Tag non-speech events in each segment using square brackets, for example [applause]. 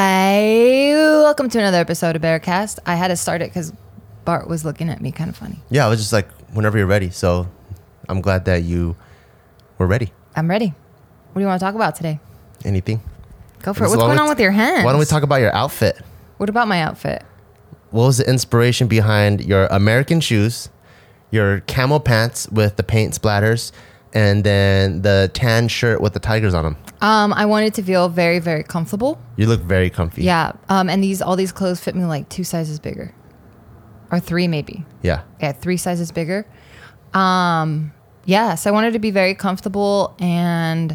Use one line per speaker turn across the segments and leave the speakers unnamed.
Hey, welcome to another episode of Bearcast. I had to start it because Bart was looking at me kind of funny.
Yeah, I was just like, whenever you're ready. So I'm glad that you were ready.
I'm ready. What do you want to talk about today?
Anything?
Go for it.
So
What's
why
going on
don't we-
with your hands?
Why don't we talk about your outfit?
What about my outfit?
What was the inspiration behind your American shoes, your camel pants with the paint splatters, and then the tan shirt with the tigers on them?
Um, I wanted to feel very, very comfortable.
You look very comfy.
Yeah. Um, and these all these clothes fit me like two sizes bigger, or three maybe.
Yeah.
yeah, three sizes bigger. Um, yeah, so I wanted to be very comfortable and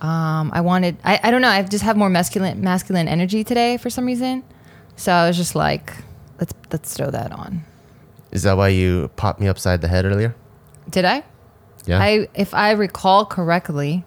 um, I wanted I, I don't know, I just have more masculine masculine energy today for some reason. So I was just like, let's let's throw that on.
Is that why you popped me upside the head earlier?
Did I?
Yeah.
I if I recall correctly,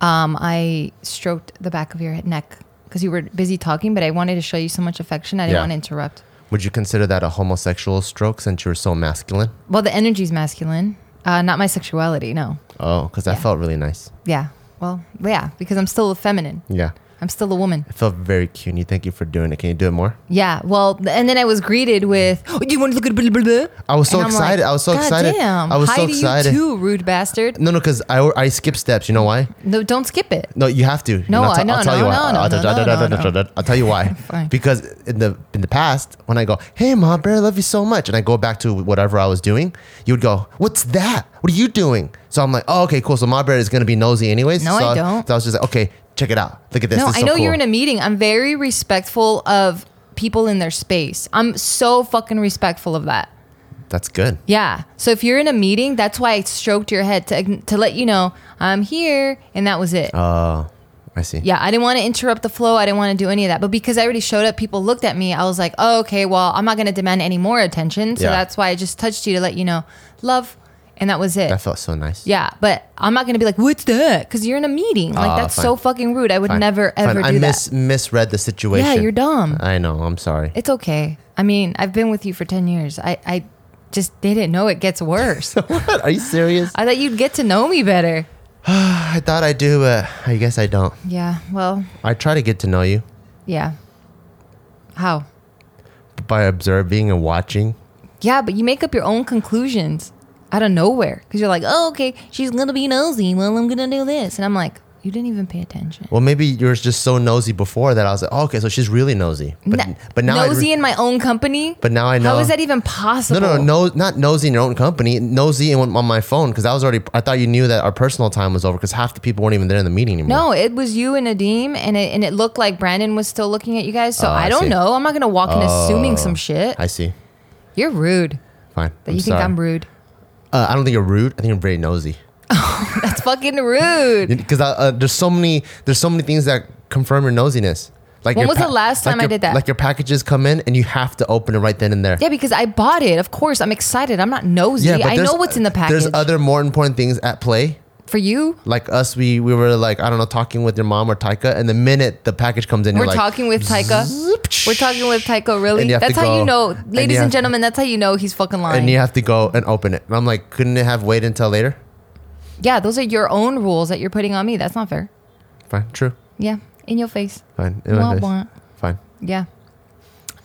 um, I stroked the back of your head- neck because you were busy talking, but I wanted to show you so much affection. I didn't
Yeah.
want to interrupt.
Would you consider that a homosexual stroke since you were so masculine?
Well, the energy's masculine, uh, not my sexuality. No,
Oh, because that
Yeah.
felt really nice.
yeah. Well, yeah, because I'm still feminine.
Yeah.
I'm still a woman.
It felt very cuny. Thank you for doing it. Can you do it more?
Yeah. Well, th- and then I was greeted with, [gasps] "Oh, you want to look at blah, blah, blah?"
I was so
And I'm
excited. I was so
"God
excited.
Damn.
I was
Hi
so
to
excited."
You too, rude bastard.
No, no, because I, I skip steps. You know why?
No, don't skip it.
No, you have to.
No,
And I'll
I-
tell-
no,
I'll tell
no,
you why.
no,
I'll-
no,
I'll-
no,
I'll-
no,
I'll-
no,
I'll- I'll- I'll tell you why.
[laughs] Fine.
Because in the in the past, when I go, hey, mom, bear, I love you so much, and I go back to whatever I was doing, you would go, what's that? What are you doing? So I'm like, oh, okay, cool. So my bear is gonna be nosy anyways.
No,
so
I don't.
So I was just like, okay, check it out. Look at this.
No,
This is
I
so
know
cool."
you're in a meeting. I'm very respectful of people in their space. I'm so fucking respectful of that.
That's good.
Yeah. So if you're in a meeting, that's why I stroked your head to to let you know I'm here, and that was it.
Oh, I see.
Yeah, I didn't want to interrupt the flow. I didn't want to do any of that. But because I already showed up, people looked at me. I was like, oh, okay, well, I'm not going to demand any more attention. So
Yeah.
that's why I just touched you to let you know, love. And that was it.
That felt so nice.
yeah, but I'm not going to be like, what's that? Because you're in a meeting. Like,
Ah,
that's
fine.
so fucking rude. I would
Fine.
never,
Fine.
ever
I
do
mis-
that.
misread the situation.
Yeah, you're dumb.
I know. I'm sorry.
It's okay. I mean, I've been with you for 10 years. I, I just didn't know it gets
[laughs]
worse. [laughs]
Are you serious?
I thought you'd get to know me better.
I thought I do, but I guess I don't.
Yeah, well,
I try to get to know you
yeah. How?
by observing and watching.
Yeah, but you make up your own conclusions out of nowhere because you're like, oh, okay, she's gonna be nosy. Well, I'm gonna do this, and I'm like, you didn't even pay attention.
Well, maybe you were just so nosy before that I was like, oh, okay, so she's really nosy. But
Na-
but now I re-
nosy in my own company.
But now I know.
How is that even
no,
possible?
no, no, not nosy in your own company. Nosy in, on my phone because I was already. I thought you knew that our personal time was over because half the people weren't even there in the meeting anymore.
No, it was you and Nadim, and it, and it looked like Brandon was still looking at you guys. So
Oh,
I,
I
don't
see. Oh.
know. I'm not gonna walk in assuming some shit.
I see.
You're rude.
Fine.
That
I'm
you
sorry.
think I'm rude. [laughs]
Uh, I don't think you're rude. I think you're very nosy.
That's fucking rude.
because uh, there's so many there's so many things that confirm your nosiness. Like
When
your
was the last
like
time I
your-
did that?
Like your packages come in and you have to open it right then and there.
Yeah, because I bought it. Of course, I'm excited. I'm not nosy. I
there's-
know what's in the package.
There's other more important things at play.
For you,
Like us, we we were like I don't know talking with your mom or Taika, and the minute the package comes in,
We're
you're like,
talking with Taika. We're talking with Tycho, really?
And you have
That's
to
how you
go-
know,
and
ladies
you
and,
have-
gentlemen, that's how you know he's fucking lying.
and you have to go and open it. And I'm like, couldn't it have waited until later?
yeah, those are your own rules that you're putting on me. That's not fair.
Fine, true,
Yeah, in your face.
fine, In my
Wah,
face.
wah.
fine.
Yeah.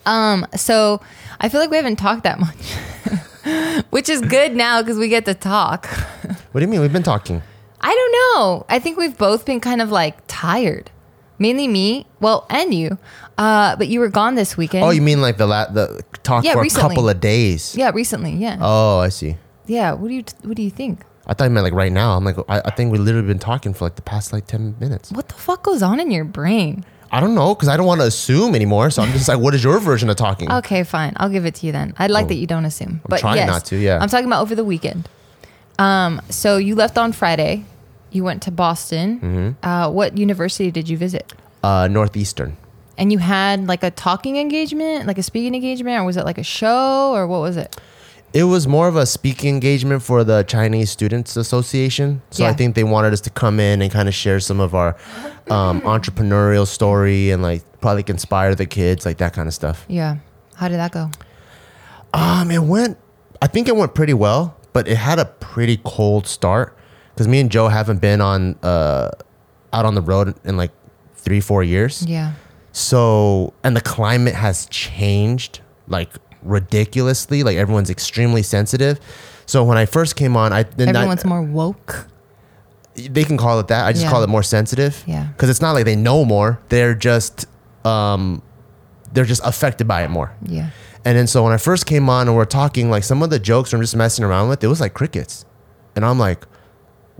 Um, so I feel like we haven't talked that much, [laughs] which is good now because we get to talk.
What do you mean? We've been talking.
I don't know. I think we've both been kind of like tired, mainly me, well, and you. Uh, but you were gone this weekend.
Oh, you mean like the la- the talk
Yeah,
for
recently.
a couple of days?
yeah, recently. Yeah.
Oh, I see.
yeah. What do you, what do you think?
I thought you meant like right now. I'm like, I, I think we literally been talking for like the past like 10 minutes.
What the fuck goes on in your brain?
I don't know because I don't want to assume anymore. So I'm just like, what is your version of talking?
Okay, fine. I'll give it to you then. I'd like that you don't assume. But
trying
yes,
not to, yeah.
I'm talking about over the weekend. Um, so you left on Friday. You went to Boston.
Mm-hmm.
Uh, what university did you visit?
Uh, Northeastern.
And you had like a talking engagement, like a speaking engagement, or was it like a show, or what was it?
It was more of a speaking engagement for the Chinese Students Association. So
Yeah.
I think they wanted us to come in and kind of share some of our um, entrepreneurial story and like probably inspire the kids, like that kind of stuff.
Yeah. How did that go?
Um, it went. I think it went pretty well, but it had a pretty cold start because me and Joe haven't been on uh out on the road in like three four years.
Yeah.
So, and the climate has changed like ridiculously. Like everyone's extremely sensitive. So when I first came on, I then I-
Everyone's more woke.
they can call it that. I just
Yeah.
call it more sensitive.
Yeah.
Because it's not like they know more. They're just, um, they're just affected by it more.
Yeah.
And then so when I first came on and we're talking, like some of the jokes I'm just messing around with, it was like crickets. And I'm like,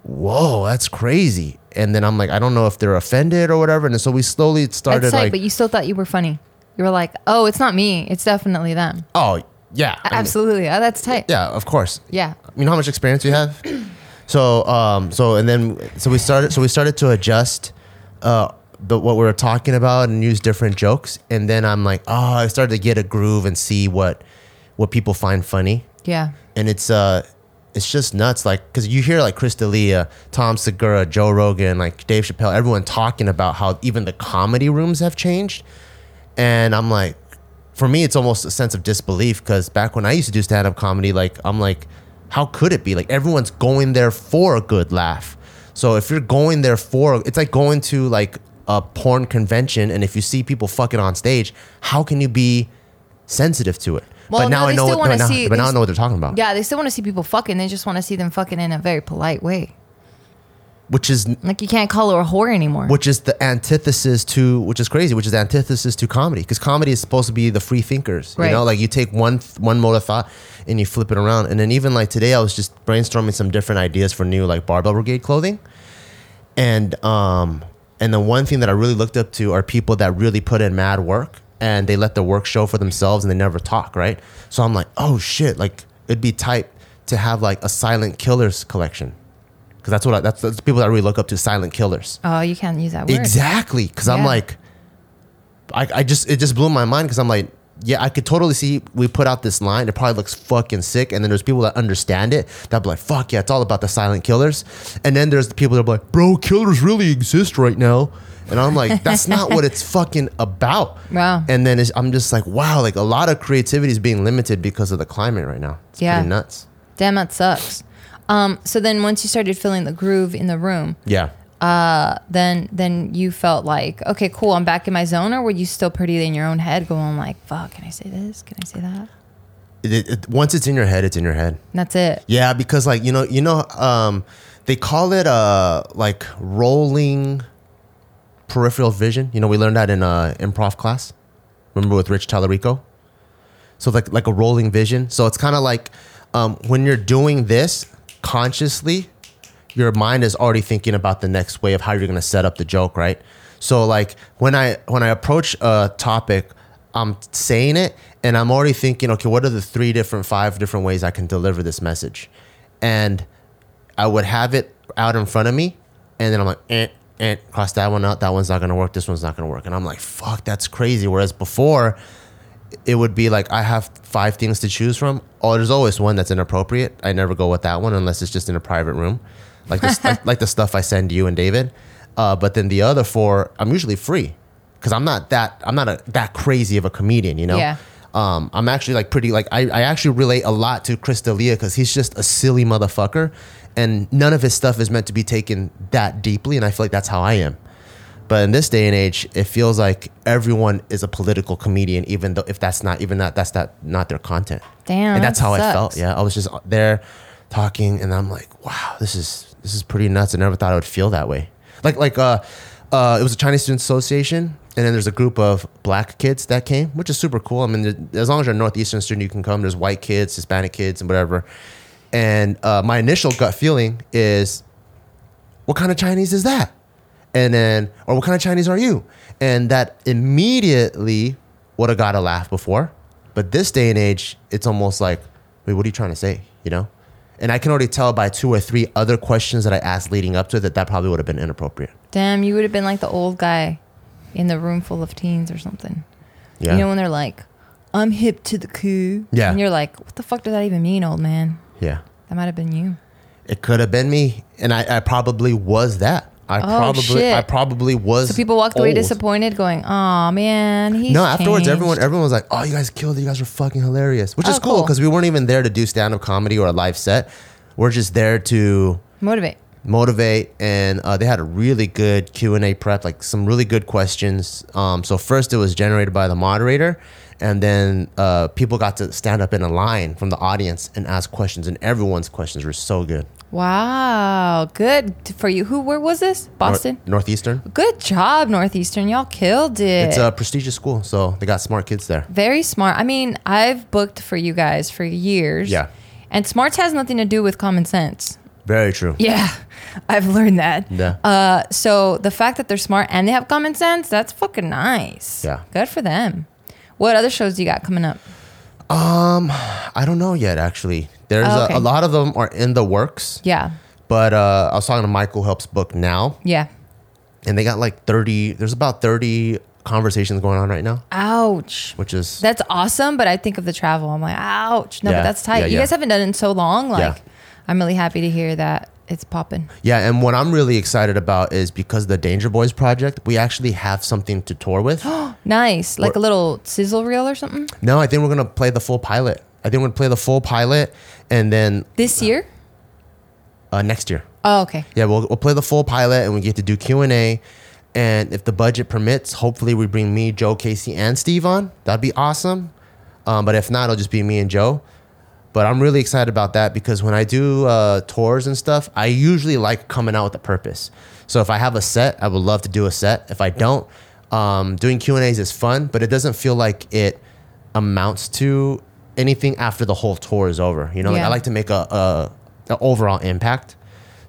whoa, that's crazy. And then I'm like, I don't know if they're offended or whatever. And so we slowly started
That's tight,
like,
but you still thought you were funny. You were like, oh, it's not me. It's definitely them.
oh, yeah. I mean,
Absolutely. Oh, that's tight.
yeah, of course.
Yeah.
I mean, how much experience
[clears throat]
you have? So, um, so and then so we started. So we started to adjust uh, the what we were talking about and use different jokes. And then I'm like, oh, I started to get a groove and see what what people find funny.
Yeah.
And it's uh, it's just nuts. Like, cause you hear like Chris D'Elia, Tom Segura, Joe Rogan, like Dave Chappelle, everyone talking about how even the comedy rooms have changed. And I'm like, for me, it's almost a sense of disbelief because back when I used to do stand up comedy, like, I'm like, how could it be? Like, everyone's going there for a good laugh. So if you're going there for, it's like going to like a porn convention and if you see people fucking on stage, how can you be sensitive to it?
Well,
but
no,
now I
they
know
still
what,
wanna
but now,
see-
but
they
now I
s-
know what they're talking about.
Yeah. They still want to see people fucking. They just want to see them fucking in a very polite way.
Which is
Like you can't call her a whore anymore.
which is the antithesis to which is crazy which is the antithesis to comedy because comedy is supposed to be the free thinkers
Right.
you know like you take one one mode of thought and you flip it around and then even like today i was just brainstorming some different ideas for new like barbell brigade clothing and um and the one thing that i really looked up to are people that really put in mad work and they let their work show for themselves and they never talk right so i'm like oh shit like it'd be tight to have like a silent killers collection because that's what I, that's, that's the people that I really look up to silent killers
Oh, you can't use that word.
Exactly, because I'm
Yeah.
like, I, I just it just blew my mind because I'm like, yeah, I could totally see we put out this line. It probably looks fucking sick, and then there's people that understand it that be like, fuck yeah, it's all about the silent killers, and then there's the people that are like, bro, killers really exist right now, and I'm like, that's not
[laughs]
what it's fucking about.
Wow.
And then it's, I'm just like, wow, like a lot of creativity is being limited because of the climate right now. It's
Yeah.
pretty nuts.
Damn, that sucks. Um, so then once you started feeling the groove in the room, uh,
Yeah.
then then you felt like, okay, cool, I'm back in my zone, or were you still pretty in your own head going like, fuck, can I say this? Can I say that?
It- it- it, once it's in your head, it's in your head.
And that's it.
Yeah, because like you know, you know, um, they call it uh like rolling peripheral vision. You know, we learned that in uh, improv class. Remember with Rich Tallarico? So like like a rolling vision. So it's kind of like um, when you're doing this consciously, your mind is already thinking about the next way of how you're going to set up the joke, right? So like when I when I approach a topic, I'm saying it and I'm already thinking, okay, what are the three different five different ways I can deliver this message? And I would have it out in front of me, and then I'm like, eh, eh, cross that one out. That one's not gonna work. This one's not gonna work. And I'm like, fuck, that's crazy. Whereas before, it would be like I have five things to choose from. Oh, there's always one that's inappropriate. I never go with that one unless it's just in a private room, like the, like, like the stuff I send you and David. Uh, but then the other four, I'm usually free because I'm not that I'm not a, that crazy of a comedian, you know.
Yeah.
Um, I'm actually like pretty like I, I actually relate a lot to Chris D'Elia because he's just a silly motherfucker, and none of his stuff is meant to be taken that deeply, and I feel like that's how I am. But in this day and age, it feels like everyone is a political comedian, even though if that's not even that that's that not their content.
Damn,
and that's
that
how I
sucks.
felt. Yeah, I was just there talking, and I'm like, wow, this is this is pretty nuts. I never thought I would feel that way. Like like uh, uh, it was a Chinese Students Association, and then there's a group of black kids that came, which is super cool. I mean, th- as long as you're a northeastern student, you can come. There's white kids, Hispanic kids, and whatever. And uh, my initial gut feeling is what kind of Chinese is that? And then, or what kind of Chinese are you? And that immediately would have got a laugh before. But this day and age, it's almost like, wait, what are you trying to say? You know? And I can already tell by two or three other questions that I asked leading up to it that that probably would have been inappropriate.
Damn, you would have been like the old guy in the room full of teens or something.
Yeah.
You know when they're like, I'm hip to the coup.
Yeah.
And you're like, what the fuck does that even mean, old man?
yeah.
That might have been you.
It could have been me. And I, I probably was that. I probably
Oh, shit.
I probably was
So people walked away
old.
disappointed, going, "Oh man, he's
No, afterwards
changed."
everyone everyone was like, "Oh, you guys killed it. You guys were fucking hilarious." Which is
Oh,
cool
cool.
because we weren't even there to do stand-up comedy or a live set. We're just there to
motivate.
motivate and uh, they had a really good q&a prep like some really good questions um, so first it was generated by the moderator and then uh, people got to stand up in a line from the audience and ask questions and everyone's questions were so good
Wow, good for you. Who? Where was this?
Nor-
Boston.
northeastern
Good job, Northeastern. Y'all killed it.
it's a prestigious school so they got smart kids there
Very smart. I mean, I've booked for you guys for years.
Yeah.
And smarts has nothing to do with common sense. [laughs]
very true
Yeah, I've learned that.
Yeah.
Uh, so the fact that they're smart and they have common sense, that's fucking nice.
Yeah.
Good for them. What other shows do you got coming up?
i don't know yet actually there's
Oh, okay.
a, a lot of them are in the works
Yeah.
but uh, i was talking to michael helps book now
Yeah.
and they got like 30 there's about 30 conversations going on right now
Ouch.
which is
That's awesome, but I think of the travel. I'm like, ouch. No, but
Yeah,
that's tight.
yeah,
you
yeah.
guys haven't done it in so long. Like,
Yeah.
I'm really happy to hear that it's popping.
Yeah, and what I'm really excited about is because the Danger Boys project, we actually have something to tour with.
Nice. Like
We're-
a little sizzle reel or something
no, I think we're gonna play the full pilot. I think we're gonna play the full pilot, and then
this year.
uh, next year,
Oh, okay.
yeah, we'll, we'll play the full pilot, and we get to do Q and A. And if the budget permits, hopefully we bring me, Joe, Casey, and Steve on. That'd be awesome. Um, but if not, it'll just be me and Joe. But I'm really excited about that because when I do uh, tours and stuff, I usually like coming out with a purpose. So if I have a set, I would love to do a set. If I don't, um, doing Q and A's is fun, but it doesn't feel like it amounts to anything after the whole tour is over. You know, like
Yeah.
I like to make a, a, a overall impact.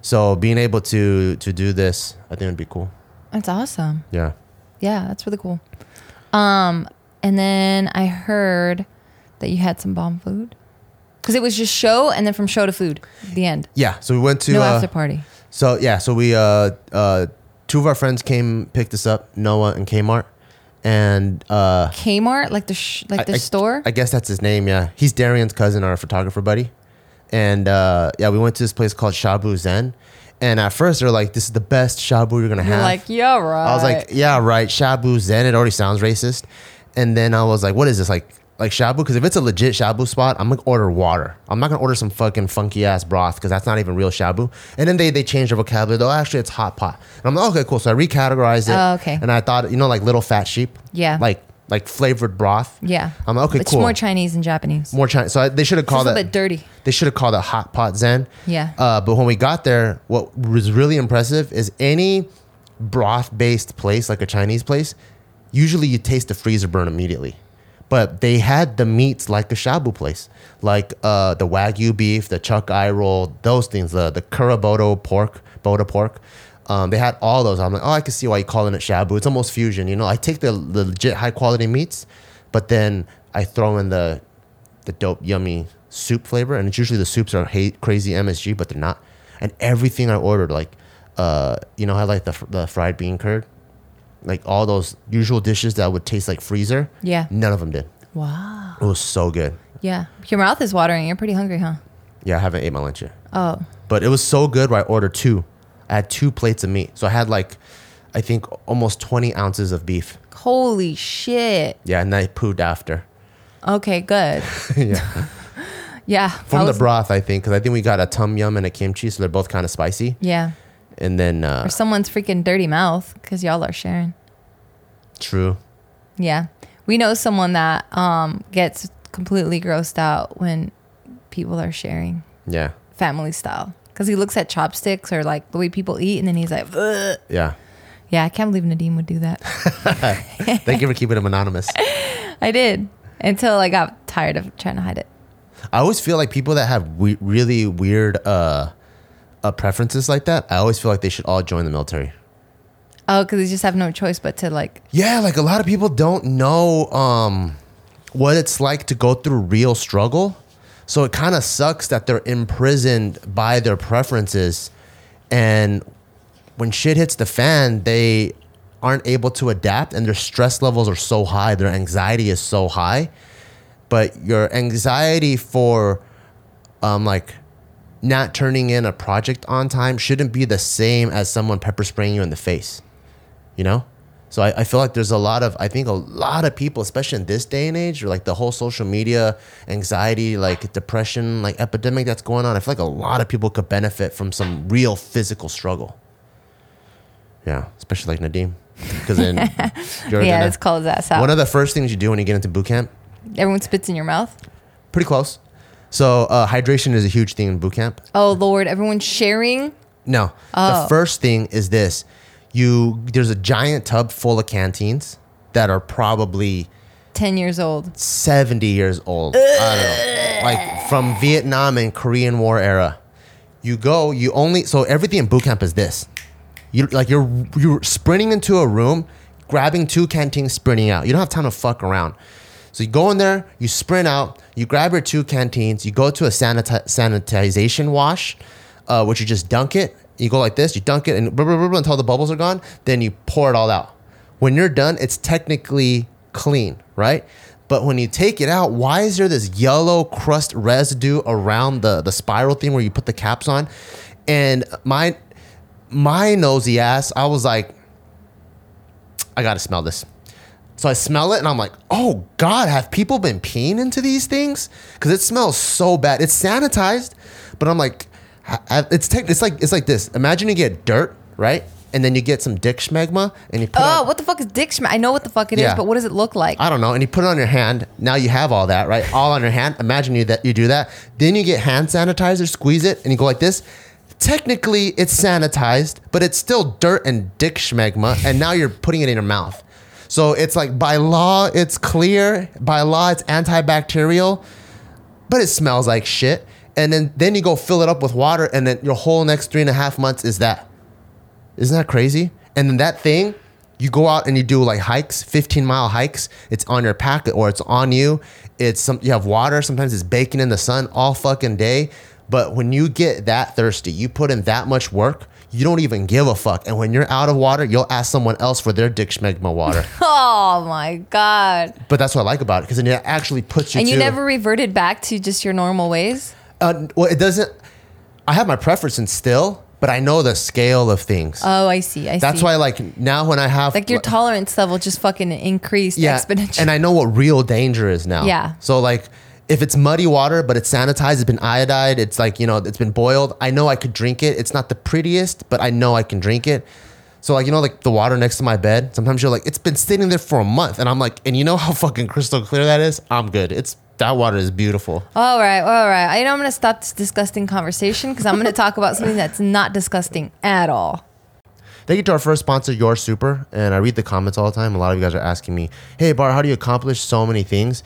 So being able to to do this, I think would be cool.
That's awesome.
Yeah.
Yeah, that's really cool. Um, and then I heard that you had some bomb food because it was just show and then from show to food, the end.
Yeah. So we went to
No
uh,
after party.
So yeah, so we uh uh two of our friends came picked us up, Noah and Kmart, and uh
Kmart, like the sh- like the
I- I-
store.
I guess that's his name. Yeah, he's Darian's cousin, our photographer buddy, and uh yeah, we went to this place called Shabu Zen, and at first they're like, "This is the best shabu you're gonna
You're
have."
like, yeah, right.
I was like, yeah, right. Shabu Zen. It already sounds racist. And then I was like, what is this? Like, like Shabu? Because if it's a legit Shabu spot, I'm gonna order water. I'm not gonna order some fucking funky ass broth because that's not even real Shabu. And then they they changed their vocabulary. Though actually, it's hot pot. And I'm like, okay, cool. So I recategorized it.
Oh, okay.
And I thought, you know, like little fat sheep.
Yeah.
Like like flavored broth.
yeah.
I'm like, okay,
it's
cool.
more Chinese and Japanese.
More Chinese. So I, they should have
It's a
called
little
it
bit dirty.
they should have called it hot pot zen.
Yeah.
Uh, but when we got there, what was really impressive is any broth based place, like a Chinese place, usually you taste the freezer burn immediately. But they had the meats like a shabu place, like uh, the wagyu beef, the chuck eye roll, those things, the the kuraboto pork, boda pork. Um, they had all those. I'm like, oh, I can see why you're calling it shabu. It's almost fusion, you know. I take the, the legit high quality meats, but then I throw in the the dope, yummy soup flavor. And it's usually the soups are ha- crazy MSG, but they're not. And everything I ordered, like, uh, you know, I like the, fr- the fried bean curd, like all those usual dishes that would taste like freezer.
Yeah.
None of them did.
Wow.
It was so good.
Yeah. Your mouth is watering. You're pretty hungry, huh?
Yeah, I haven't ate my lunch yet.
Oh,
But it was so good where I ordered two. I had two plates of meat. So I had like, I think almost 20 ounces of beef.
holy shit.
Yeah, and I pooed after. [laughs]
Okay, good. [laughs]
yeah.
Yeah. I
From
was-
the broth, I think, because I think we got a tum yum and a kimchi, so they're both kind of spicy.
Yeah.
And then, uh,
Or someone's freaking dirty mouth because y'all are sharing.
true.
Yeah. We know someone that um, gets completely grossed out when people are sharing
Yeah.
family style. Because he looks at chopsticks or like the way people eat, and then he's like, Ugh.
Yeah.
yeah, I can't believe Nadine would do that. [laughs]
Thank you for keeping them anonymous.
I did until I got tired of trying to hide it.
I always feel like people that have we- really weird uh, uh, preferences like that, I always feel like they should all join the military.
Oh, because they just have no choice but to like,
Yeah, like a lot of people don't know um, what it's like to go through real struggle. So it kind of sucks that they're imprisoned by their preferences. And when shit hits the fan, they aren't able to adapt and their stress levels are so high, their anxiety is so high. But your anxiety for um, like not turning in a project on time shouldn't be the same as someone pepper spraying you in the face you know So I, I feel like there's a lot of I think a lot of people, especially in this day and age, or like the whole social media anxiety, like depression, like epidemic that's going on. I feel like a lot of people could benefit from some real physical struggle. Yeah, especially like [laughs] Nadim, because in Georgia,
yeah, let's call his ass out.
one of the first things you do when you get into boot camp,
Everyone spits in your mouth.
pretty close. So uh, hydration is a huge thing in boot camp.
Oh Lord, everyone's sharing.
No.
Oh.
The first thing is this. You there's a giant tub full of canteens that are probably
10 years old.
70 years old. I don't know. Like from Vietnam and Korean War era. You go, you only so everything in boot camp is this. You like you're you're sprinting into a room, grabbing two canteens, sprinting out. You don't have time to fuck around. So you go in there, you sprint out, you grab your two canteens, you go to a sanita- sanitization wash, uh, which you just dunk it. You go like this, you dunk it, and blah, blah, blah, blah, until the bubbles are gone. Then you pour it all out. When you're done, it's technically clean, right? But when you take it out, why is there this yellow crust residue around the the spiral thing where you put the caps on? And my my nosy ass, I was like, I gotta smell this. So I smell it and I'm like, oh God, have people been peeing into these things? Because it smells so bad. It's sanitized, but I'm like, ha- ha- it's tech it's like it's like this. Imagine you get dirt, right? And then you get some dick schmegma and you put it
Oh,
on,
what the fuck is dick schma- I know what the fuck it is,
Yeah.
but what does it look like?
I don't know, and you put it on your hand. Now you have all that, right? All on your hand. Imagine you that you do that. Then you get hand sanitizer, squeeze it, and you go like this. Technically, it's sanitized, but it's still dirt and dick schmegma, and now you're putting it in your mouth. So it's like by law, it's clear. By law, it's antibacterial, but it smells like shit. And then then you go fill it up with water, and then your whole next three and a half months is that. Isn't that crazy? And then that thing, you go out and you do like hikes, 15 mile hikes. It's on your packet or it's on you. It's some you have water, sometimes it's baking in the sun all fucking day. But when you get that thirsty, you put in that much work, you don't even give a fuck. And when you're out of water, you'll ask someone else for their dick schmegma
[laughs]
water.
[laughs] Oh my god.
but that's what I like about it because it actually puts you
and you
to-
never reverted back to just your normal ways?
uh, well, it doesn't. I have my preferences still, but I know the scale of things.
Oh, I see. I
that's
see.
why, like now, when I have
like your tolerance level just fucking increased exponentially.
And I know what real danger is now.
Yeah.
So like if it's muddy water, but it's sanitized, it's been iodide, it's like, you know, it's been boiled. I know I could drink it. It's not the prettiest, but I know I can drink it. So like, you know, like the water next to my bed, sometimes you're like, it's been sitting there for a month. And I'm like, and you know how fucking crystal clear that is? I'm good. It's that water is beautiful.
all right, all right. I know I'm gonna stop this disgusting conversation because I'm gonna talk about something that's not disgusting at all.
Thank you to our first sponsor, Your Super. And I read the comments all the time. A lot of you guys are asking me, hey, Bar, how do you accomplish so many things?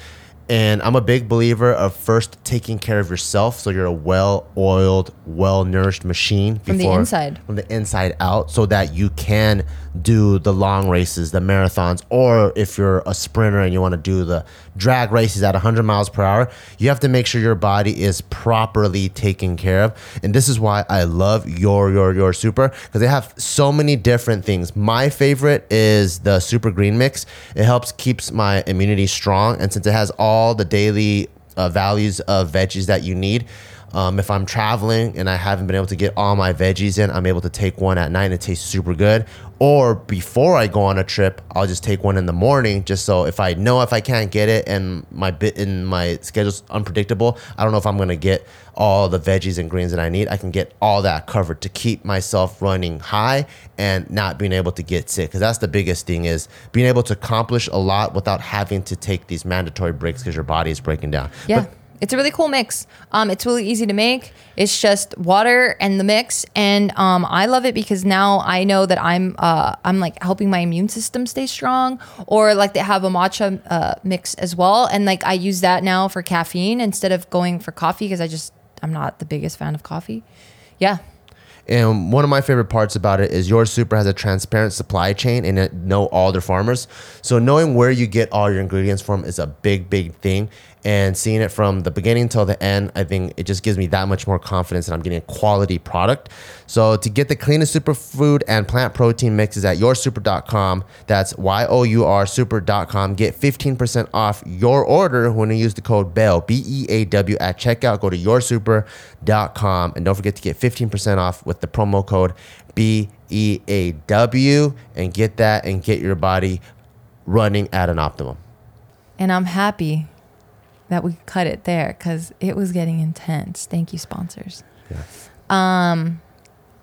And I'm a big believer of first taking care of yourself so you're a well oiled, well nourished machine.
From the inside.
From the inside out so that you can do the long races, the marathons, or if you're a sprinter and you want to do the drag races at 100 miles per hour, you have to make sure your body is properly taken care of. And this is why I love your, your, your super because they have so many different things. My favorite is the super green mix. It helps keeps my immunity strong. And since it has all the daily uh, values of veggies that you need, um, if I'm traveling and I haven't been able to get all my veggies in, I'm able to take one at night and it tastes super good. Or before I go on a trip, I'll just take one in the morning, just so if I know if I can't get it and my bit and my schedule's unpredictable, I don't know if I'm gonna get all the veggies and greens that I need. I can get all that covered to keep myself running high and not being able to get sick. Because that's the biggest thing is being able to accomplish a lot without having to take these mandatory breaks because your body is breaking down.
Yeah.
But
it's a really cool mix. Um, it's really easy to make. It's just water and the mix, and um, I love it because now I know that I'm uh, I'm like helping my immune system stay strong. Or like they have a matcha uh, mix as well, and like I use that now for caffeine instead of going for coffee because I just I'm not the biggest fan of coffee. Yeah,
And one of my favorite parts about it is your super has a transparent supply chain and it know all their farmers. So knowing where you get all your ingredients from is a big, big thing. And seeing it from the beginning till the end, I think it just gives me that much more confidence that I'm getting a quality product. So to get the cleanest superfood and plant protein mixes at yoursuper.com, that's Y O U R super.com, get 15% off your order when you use the code BELL, B E A W, at checkout. Go to yoursuper.com and don't forget to get 15% off with the promo code B E A W and get that and get your body running at an optimum.
And I'm happy that we cut it there because it was getting intense. Thank you, sponsors.
Yeah.
Um,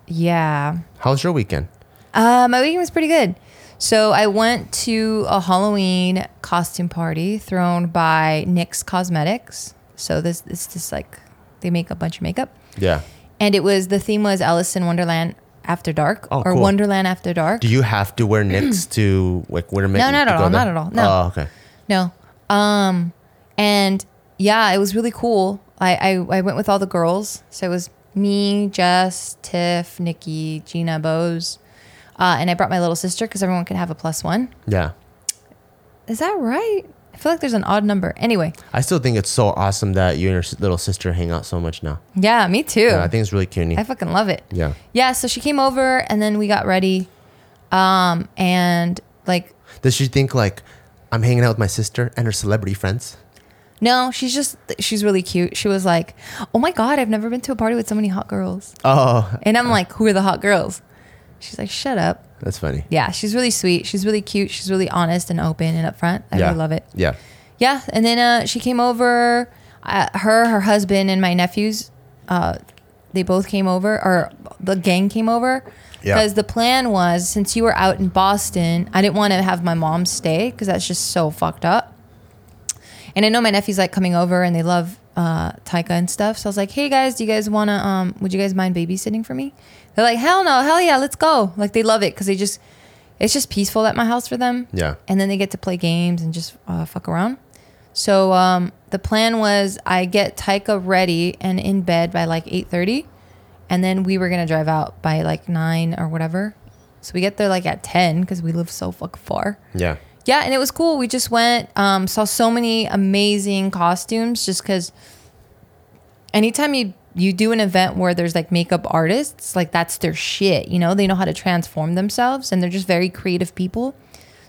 yeah.
How's your weekend?
Uh, my weekend was pretty good. So I went to a Halloween costume party thrown by NYX Cosmetics. So this this just like they make a bunch of makeup,
Yeah.
and it was the theme was Alice in Wonderland After Dark
Oh,
or
cool.
Wonderland After Dark.
Do you have to wear
[clears throat]
Knicks to like wear makeup?
not
to
at
go
all,
there?
not at all, no.
Oh, okay.
No. Um, and yeah, it was really cool. I, I, I went with all the girls. So it was me, Jess, Tiff, Nikki, Gina, Bose. Uh, and I brought my little sister because everyone could have a plus one.
Yeah.
Is that right? I feel like there's an odd number. Anyway,
I still think it's so awesome that you and your s- little sister hang out so much now.
yeah, me too.
Yeah, I think it's really cuny.
I fucking love it.
yeah.
Yeah, so she came over and then we got ready. Um, and like,
Does she think like I'm hanging out with my sister and her celebrity friends?
no, she's just, she's really cute. She was like, oh my God, I've never been to a party with so many hot girls.
Oh,
And I'm like, who are the hot girls? She's like, shut up.
that's funny.
Yeah, she's really sweet. She's really cute. She's really honest and open and upfront. I
yeah.
really love it.
Yeah.
Yeah. And then uh, she came over, uh, her, her husband, and my nephews. Uh, they both came over, or the gang came over.
Yeah.
Because the plan was since you were out in Boston, I didn't want to have my mom stay because that's just so fucked up. And I know my nephews like coming over and they love uh, Taika and stuff. So I was like, hey guys, do you guys want to, um, would you guys mind babysitting for me? They're like, hell no, hell yeah, let's go. Like they love it because they just, it's just peaceful at my house for them.
Yeah.
And then they get to play games and just uh, fuck around. So um, the plan was I get Taika ready and in bed by like 8.30. And then we were going to drive out by like 9 or whatever. So we get there like at 10 because we live so fuck far.
Yeah.
Yeah, and it was cool. We just went, um, saw so many amazing costumes just because anytime you, you do an event where there's like makeup artists, like that's their shit, you know? They know how to transform themselves and they're just very creative people.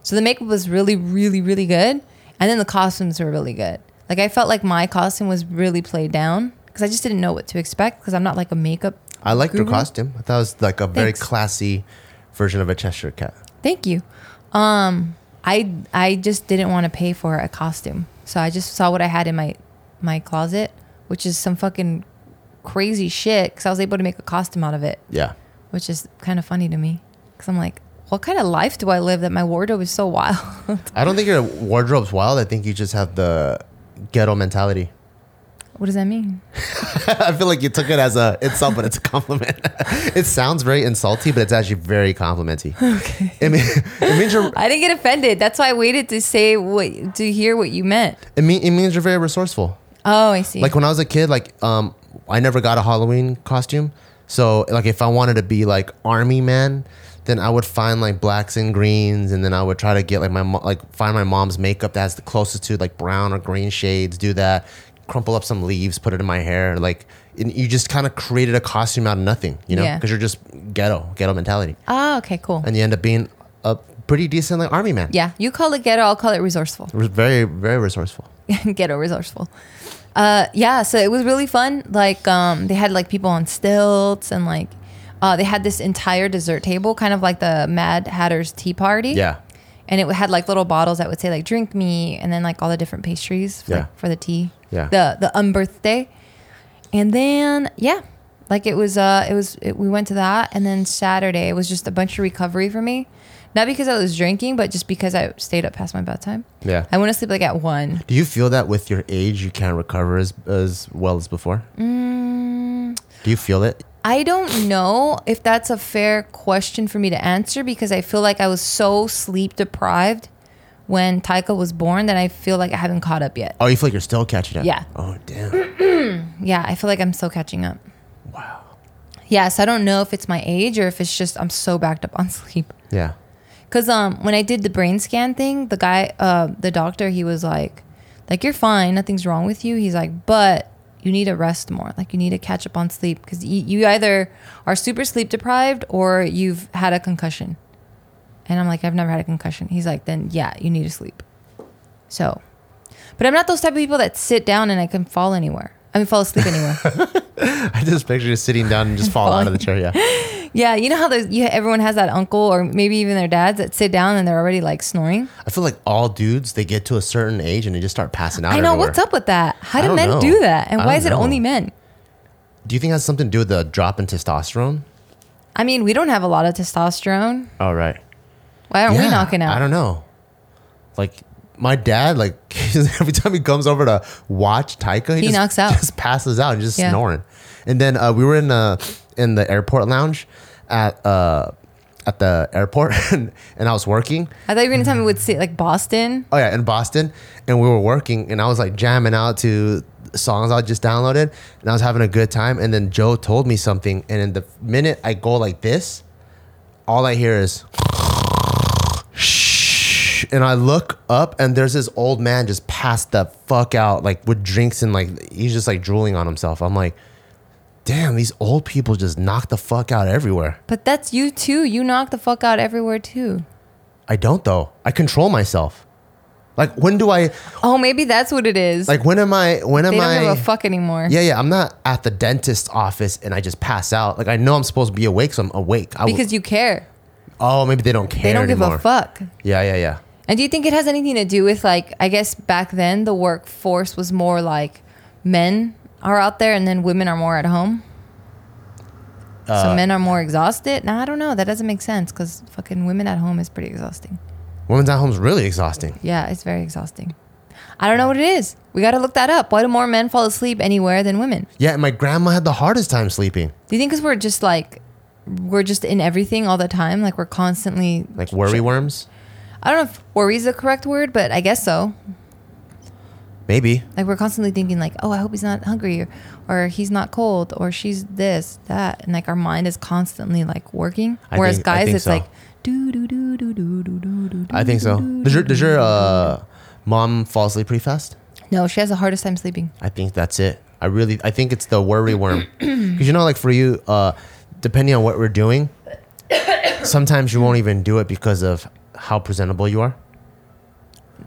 So the makeup was really, really, really good. And then the costumes were really good. Like I felt like my costume was really played down because I just didn't know what to expect because I'm not like a makeup.
I liked your
guru.
costume. I thought it was like a very
Thanks.
classy version of a Cheshire cat.
Thank you. Um, I I just didn't want to pay for a costume, so I just saw what I had in my my closet, which is some fucking crazy shit. Because I was able to make a costume out of it,
Yeah.
which is kind of funny to me. Because I'm like, what kind of life do I live that my wardrobe is so wild? [laughs]
I don't think your wardrobe's wild. I think you just have the ghetto mentality. [laughs]
what does that mean?
I feel like you took it as a insult, but it's a compliment. [laughs] it sounds very insulty, but it's actually
[laughs]
very complimenty. Okay. It, mean, it means you're
I didn't get offended. That's why I waited to say what to hear what you meant.
it, mean, it means you're very resourceful.
Oh, I see.
Like when I was a kid, like um, I never got a Halloween costume. So like if I wanted to be like army man, then I would find like blacks and greens, and then I would try to get like my mo- like find my mom's makeup that has the closest to like brown or green shades. Do that, crumple up some leaves, put it in my hair. Like and you just kind of created a costume out of nothing, you know,
Yeah.
because you're just ghetto, ghetto mentality,
oh, okay, cool.
and you end up being a pretty decent like army man.
Yeah, you call it ghetto. I'll call it resourceful.
It was very very resourceful.
[laughs] ghetto resourceful. Uh, yeah, so it was really fun. Like um, they had like people on stilts and like uh, they had this entire dessert table, kind of like the Mad Hatter's tea party.
Yeah,
And it had like little bottles that would say like "drink me" and then like all the different pastries.
Yeah.
Like, for the tea.
Yeah.
The the um birthday, and then yeah, like it was uh it was it, we went to that and then Saturday it was just a bunch of recovery for me, not because I was drinking but just because I stayed up past my bedtime.
yeah.
I went to sleep like at one.
Do you feel that with your age you can't recover as as well as before?
Mm.
Do you feel it?
I don't know if that's a fair question for me to answer because I feel like I was so sleep deprived when Taika was born that I feel like I haven't caught up yet.
Oh, you feel like you're still catching up.
Yeah.
Oh
[clears throat]
damn.
Yeah, I feel like I'm still catching up.
wow.
Yeah, so I don't know if it's my age or if it's just I'm so backed up on [laughs] sleep.
[laughs] Yeah.
Cause um when I did the brain scan thing, the guy uh the doctor he was like, like you're fine, nothing's wrong with you. He's like, but you need to rest more. Like you need to catch up on sleep because you, you either are super sleep deprived or you've had a concussion. And I'm like, I've never had a concussion. He's like, then yeah, you need to sleep. So, but I'm not those type of people that sit down and I can fall anywhere. I mean, fall asleep anywhere. [laughs]
I just picture you sitting down and just fall out of the chair. Yeah.
Yeah, you know how there's, you, everyone has that uncle or maybe even their dads that sit down and they're already like snoring.
I feel like all dudes they get to a certain age and they just start passing out.
I know
everywhere.
what's up with that. How
I
do
don't
men
know.
do that, and
I
why
don't
is it
know.
only men?
Do you think it has something to do with the drop in testosterone?
I mean, we don't have a lot of testosterone.
All Oh, right.
Why aren't we
Yeah,
knocking out?
I don't know. Like my dad, like [laughs] every time he comes over to watch Taika, he,
He
just, [laughs]
knocks out.
just passes out and just
Yeah.
snoring. And then uh, we were in uh, in the airport lounge at uh, at the airport, [laughs] and, and I was working.
I thought you were gonna tell me would sit like Boston.
Oh yeah, in Boston, and we were working, and I was like jamming out to songs I just downloaded, and I was having a good time. And then Joe told me something, and in the minute I go like this, all I hear is, [laughs] shh, and I look up, and there's this old man just passed the fuck out, like with drinks and like he's just like drooling on himself. I'm like, damn, these old people just knock the fuck out everywhere.
But that's you too. You knock the fuck out everywhere too.
I don't though. I control myself. Like when do I?
Oh, maybe that's what it is.
Like when am I? When am
they don't
I?
give a fuck anymore.
Yeah, yeah. I'm not at the dentist's office and I just pass out. Like I know I'm supposed to be awake, so I'm awake. I w-
because you care.
oh, maybe they don't care.
They don't give
anymore.
a fuck.
Yeah, yeah, yeah.
And do you think it has anything to do with like I guess back then the workforce was more like men are out there and then women are more at home. so men are more exhausted. Now I don't know. That doesn't make sense because fucking women at home is pretty exhausting.
Women's at home is really exhausting.
Yeah, it's very exhausting. I don't know what it is. We got to look that up. Why do more men fall asleep anywhere than women?
Yeah, and my grandma had the hardest time sleeping.
Do you think because we're just like we're just in everything all the time? Like we're constantly
Like worry worms.
I don't know if worry is the correct word, but I guess so.
Maybe.
Like we're constantly thinking like, oh, I hope he's not hungry or, or he's not cold or she's this, that. And like our mind is constantly like working.
I
Whereas
think- I
guys,
think
it's
so.
like do do do do do do do do.
I think so. Does your does your uh, mom fall asleep pretty fast?
No, she has the hardest time sleeping.
I think that's it. I really I think it's the
[clears throat]
worry worm. Because you know, like for you, uh, depending on what we're doing, sometimes you won't even do it because of how presentable you are.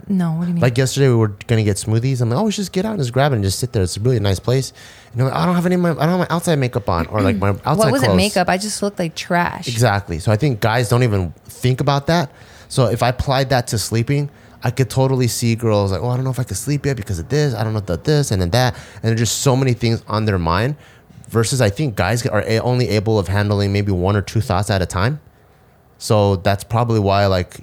No, what do you mean?
Like yesterday, we were gonna get smoothies. I'm like, oh, we should just get out and just grab it and just sit there. It's a really nice place. And I'm like, I don't have any of my I don't have my outside makeup on or like my outside.
what was it
clothes.
makeup? I just looked like trash.
Exactly. So I think guys don't even think about that. So if I applied that to sleeping, I could totally see girls like, oh, I don't know if I could sleep yet because of this. I don't know about this and then that. And there's just so many things on their mind. Versus, I think guys are a- only able of handling maybe one or two thoughts at a time. So that's probably why like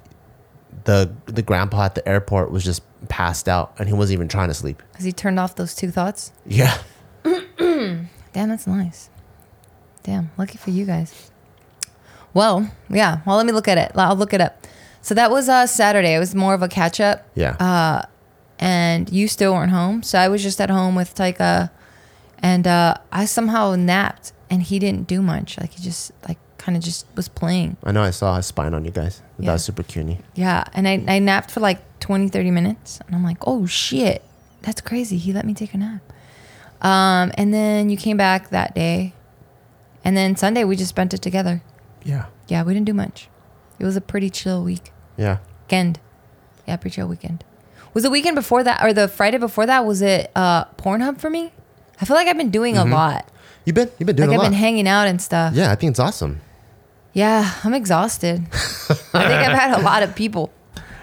the the grandpa at the airport was just passed out and he wasn't even trying
[laughs]
to sleep.
Because he turned off those two thoughts.
Yeah.
Damn, that's nice. Damn, lucky for you guys. Well, yeah. Well, let me look at it. I'll look it up. So that was uh, Saturday. It was more of a catch up.
Yeah.
Uh, and you still weren't home. So I was just at home with Taika, and uh, I somehow napped, and he didn't do much. Like he just like kind of just was playing.
I know I saw his spine on you guys.
Yeah.
That was super cuny.
Yeah, and I, I napped for like 20, 30 minutes, and I'm like, oh shit, that's crazy. He let me take a nap. Um, and then you came back that day, and then Sunday we just spent it together.
Yeah.
Yeah, we didn't do much. It was a pretty chill week.
Yeah.
Weekend. Yeah, pretty chill weekend. Was the weekend before that or the Friday before that? Was it uh, Pornhub for me? I feel like I've been doing a lot.
You've been you've Mm-hmm. been doing
Like
a
I've
lot.
been hanging out and stuff. Yeah,
Yeah, I think it's awesome.
I'm exhausted.
[laughs]
I think I've had a lot of people.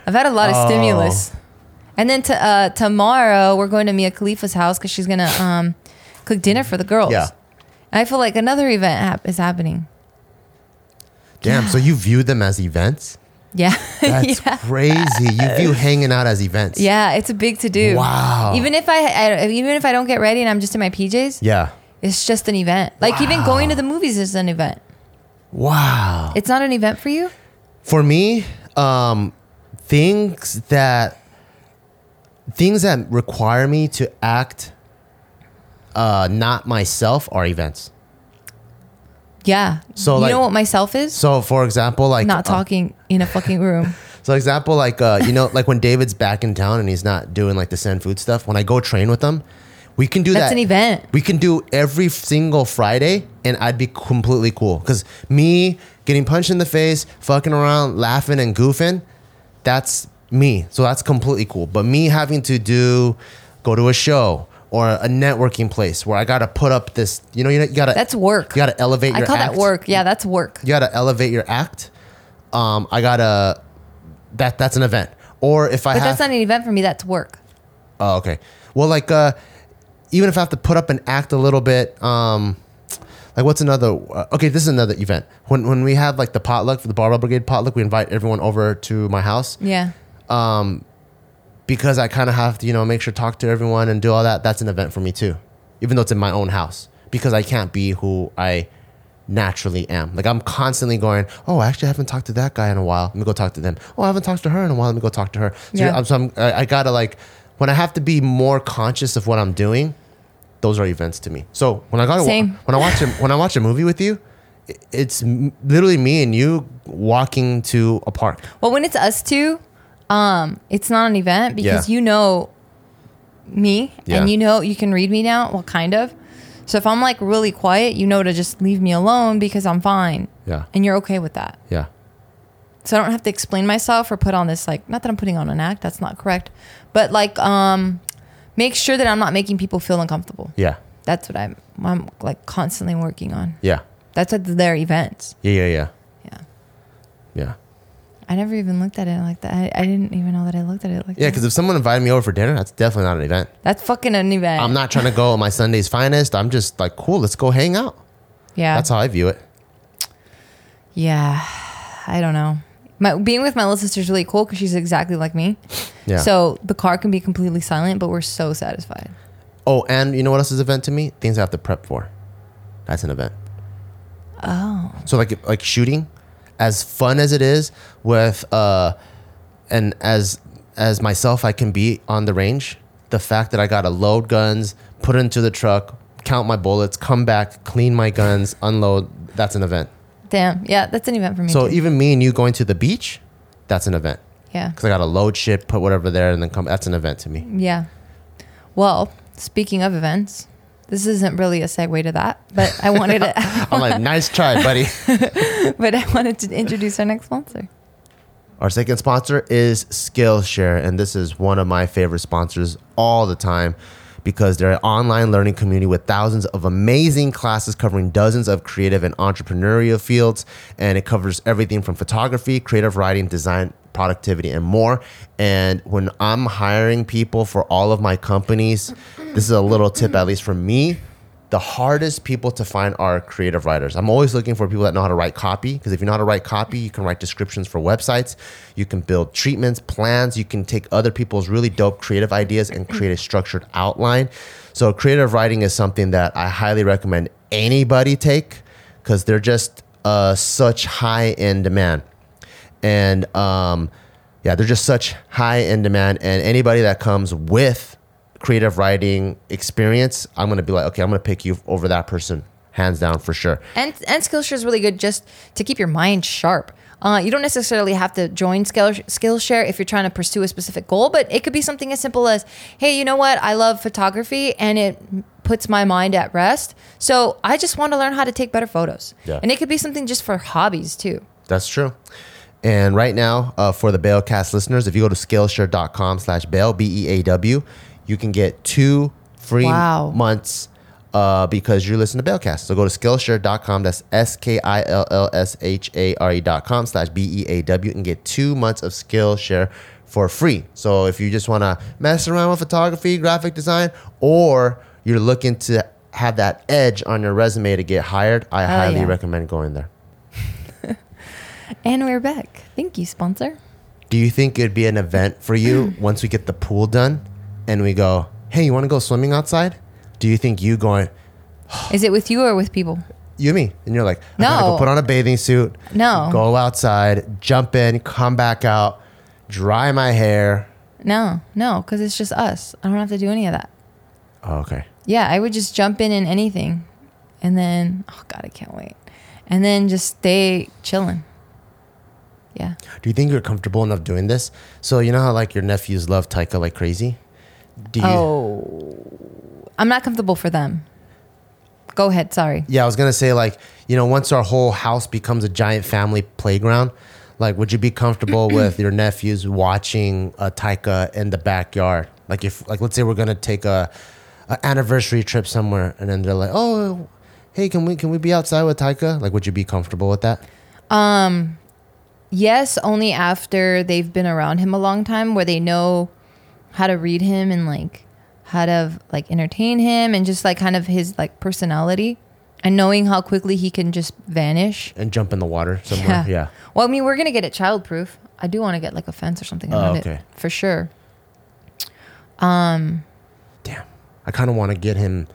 I've had a lot of
Oh.
stimulus. And then t- uh, tomorrow we're going to Mia Khalifa's house because she's gonna um, cook dinner for the girls.
Yeah.
And I feel like another event hap- is happening.
Damn. So you view them as events?
Yeah. [laughs]
That's
yeah.
crazy. You view hanging out as events.
Yeah, it's a big to do.
Wow.
Even if I, I even if I don't get ready and I'm just in my PJs,
Yeah.
it's just an event. Like even
Wow.
going to the movies is an event.
Wow.
It's not an event for you.
For me, um, things that things that require me to act uh, not myself are events.
Yeah.
So,
you
like-
know what myself is?
So, for example, like
not
uh,
talking in a fucking
[laughs]
room.
So example, like uh, you know, like when David's back in town and he's not doing like the send food stuff. When I go train with him, we can do
That's
that.
an event.
We can do every single Friday, and I'd be completely cool because me getting punched in the face, fucking around, laughing and goofing, that's me. So that's completely cool. But me having to do go to a show, or a networking place where I gotta put up this. You know, you, know, you gotta
That's work.
You gotta elevate.
I
your
call
act.
that work. Yeah, that's work.
You gotta elevate your act. Um, I gotta. That that's an event. Or if I
But
have,
that's not an event for me. That's work.
Oh, okay. Well, like, uh, even if I have to put up and act a little bit, um, like, what's another? Uh, okay, this is another event. When when we have like the potluck for the Barbell Brigade potluck, we invite everyone over to my house
Yeah.
because I kind of have to, you know, make sure talk to everyone and do all that. That's an event for me too, even though it's in my own house because I can't be who I naturally am. Like I'm constantly going, oh, I actually haven't talked to that guy in a while. Let me go talk to them. Oh, I haven't talked to her in a while. Let me go talk to her. So,
Yeah.
I'm, so I'm, I, I gotta like when I have to be more conscious of what I'm doing. Those are events to me. So when I gotta
Same.
when I watch a, when I watch a movie with you, i- it's m- literally me and you walking to a park.
Well, when it's us two, um, it's not an event because
Yeah.
you know me
Yeah.
and you know you can read me now. Well, kind of. So if I'm like really quiet, you know to just leave me alone because I'm fine.
Yeah.
And you're okay with that.
Yeah.
So I don't have to explain myself or put on this like not that I'm putting on an act, that's not correct. But like um make sure that I'm not making people feel uncomfortable.
Yeah.
That's what I'm I'm like constantly working on.
Yeah.
That's at their events.
Yeah. Yeah. Yeah.
Yeah.
Yeah.
I never even looked at it like that. I, I didn't even know that I looked at it like
Yeah,
that.
because if someone invited me over for dinner, that's definitely not an event.
That's fucking an event.
I'm not trying to go on my Sunday's finest. I'm just like, cool, let's go hang out.
Yeah.
That's how I view it.
yeah. I don't know. My, being with my little sister's really cool because she's exactly like me.
Yeah.
So the car can be completely silent, but we're so satisfied.
Oh, and you know what else is an event to me? Things I have to prep for. That's an event. Oh. So like like shooting, as fun as it is, with uh, and as as myself, I can be on the range. The fact that I gotta load guns, put into the truck, count my bullets, come back, clean my guns, unload. That's an event.
Damn. Yeah, that's an event for me.
So e-
too.
even me and you going to the beach, that's an event.
yeah.
Cause I gotta load shit, put whatever there, and then come. That's an event to me.
Yeah. Well, speaking of events, this isn't really a segue to that, but I wanted [laughs] to,
I'm like, nice try, buddy.
but I wanted to introduce our next sponsor.
Our second sponsor is Skillshare, and this is one of my favorite sponsors all the time because they're an online learning community with thousands of amazing classes covering dozens of creative and entrepreneurial fields. And it covers everything from photography, creative writing, design, productivity, and more. And when I'm hiring people for all of my companies, this is a little tip, at least for me. The hardest people to find are creative writers. I'm always looking for people that know how to write copy because if you know how to write copy, you can write descriptions for websites, you can build treatments, plans, you can take other people's really dope creative ideas and create a structured outline. So, creative writing is something that I highly recommend anybody take because they're just uh, such high in demand and um, yeah, they're just such high in demand. And anybody that comes with creative writing experience, I'm gonna be like, okay, I'm gonna pick you over that person, hands down for sure.
And and Skillshare is really good just to keep your mind sharp. Uh, you don't necessarily have to join Skill- Skillshare if you're trying to pursue a specific goal, but it could be something as simple as, hey, you know what? I love photography and it puts my mind at rest. So I just want to learn how to take better photos.
Yeah.
And it could be something just for hobbies too.
That's true. And right now, uh, for the Bailcast listeners, if you go to Skillshare.com slash Bail, B-E-A-W, you can get two free
Wow.
months uh, because you listen to Bailcast. So go to Skillshare.com, that's S-K-I-L-L-S-H-A-R-E.com E slash B-E-A-W and get two months of Skillshare for free. So if you just want to mess around with photography, graphic design, or you're looking to have that edge on your resume to get hired, I highly
yeah.
recommend going there.
And we're back. Thank you, sponsor.
Do you think it'd be an event
[clears throat]
for you once we get the pool done and we go, hey, you want to go swimming outside? Do you think you going,
Is it with you or with people?
you and me? And you're like, I gotta go
No.
put on a bathing suit,
No.
go outside, jump in, come back out, dry my hair.
No, no, because it's just us. I don't have to do any of that.
Oh, okay.
Yeah, I would just jump in in anything, and then oh god, I can't wait, and then just stay chilling. Yeah,
Do you think you're comfortable enough doing this? So you know how like your nephews love Taika like crazy? Do you,
Oh, I'm not comfortable for them. Go ahead. Sorry.
Yeah, I was gonna say like you know once our whole house becomes a giant family playground, like would you be [clears throat] comfortable with your nephews watching a taika in the backyard? Like if like let's say we're gonna take a an anniversary trip somewhere, and then they're like, "Oh, hey, can we can we be outside with Taika? Like, would you be comfortable with that?"
Yes, only after they've been around him a long time, where they know how to read him and like how to like entertain him and just like kind of his like personality and knowing how quickly he can just vanish.
And jump in the water somewhere. Yeah.
Well, I mean, we're gonna get it childproof. I do want to get like a fence or something
Oh,
around
okay.
it for sure.
Damn. I kind of want to get him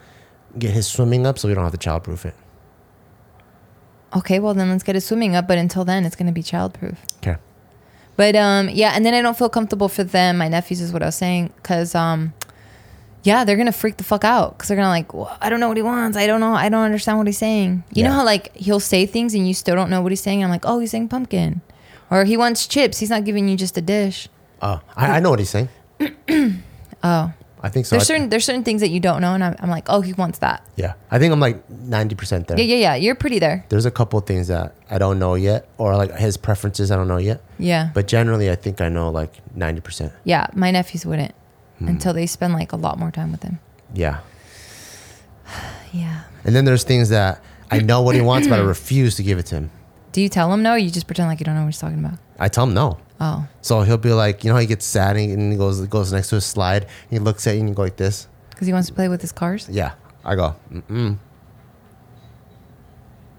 get his swimming up so we don't have to childproof it.
Okay, well then let's get his swimming up. But until then, it's gonna be childproof.
Okay.
But um, yeah, and then I don't feel comfortable for them. My nephews is what I was saying, cause um, yeah, they're gonna freak the fuck out, cause they're gonna like, well, I don't know what he wants. I don't know. I don't understand what he's saying. You know
Yeah.
how like he'll say things and you still don't know what he's saying. I'm like, oh, he's saying pumpkin, or he wants chips. He's not giving you just a dish.
Oh, I, I know what he's [clears throat] saying. oh. I think so. I-
There's certain there's certain things that you don't know, and I'm, I'm like, oh, he wants that.
yeah. I think I'm like 90% there.
Yeah, yeah, yeah. You're pretty there.
There's a couple things that I don't know yet or like his preferences I don't know yet.
Yeah,
But generally I think I know like 90%.
yeah. My nephews wouldn't
Hmm.
until they spend like a lot more time with him.
Yeah.
Yeah.
And then there's things that I know what he wants
[clears throat]
but I refuse to give it to him.
Do you tell him no, or you just pretend like you don't know what he's talking about?
I tell him no.
Oh,
So he'll be like, you know how he gets sad and he- and he goes goes next to his slide and he looks at you and you go like this.
because he wants to play with his cars.
Yeah. I go, mm-mm.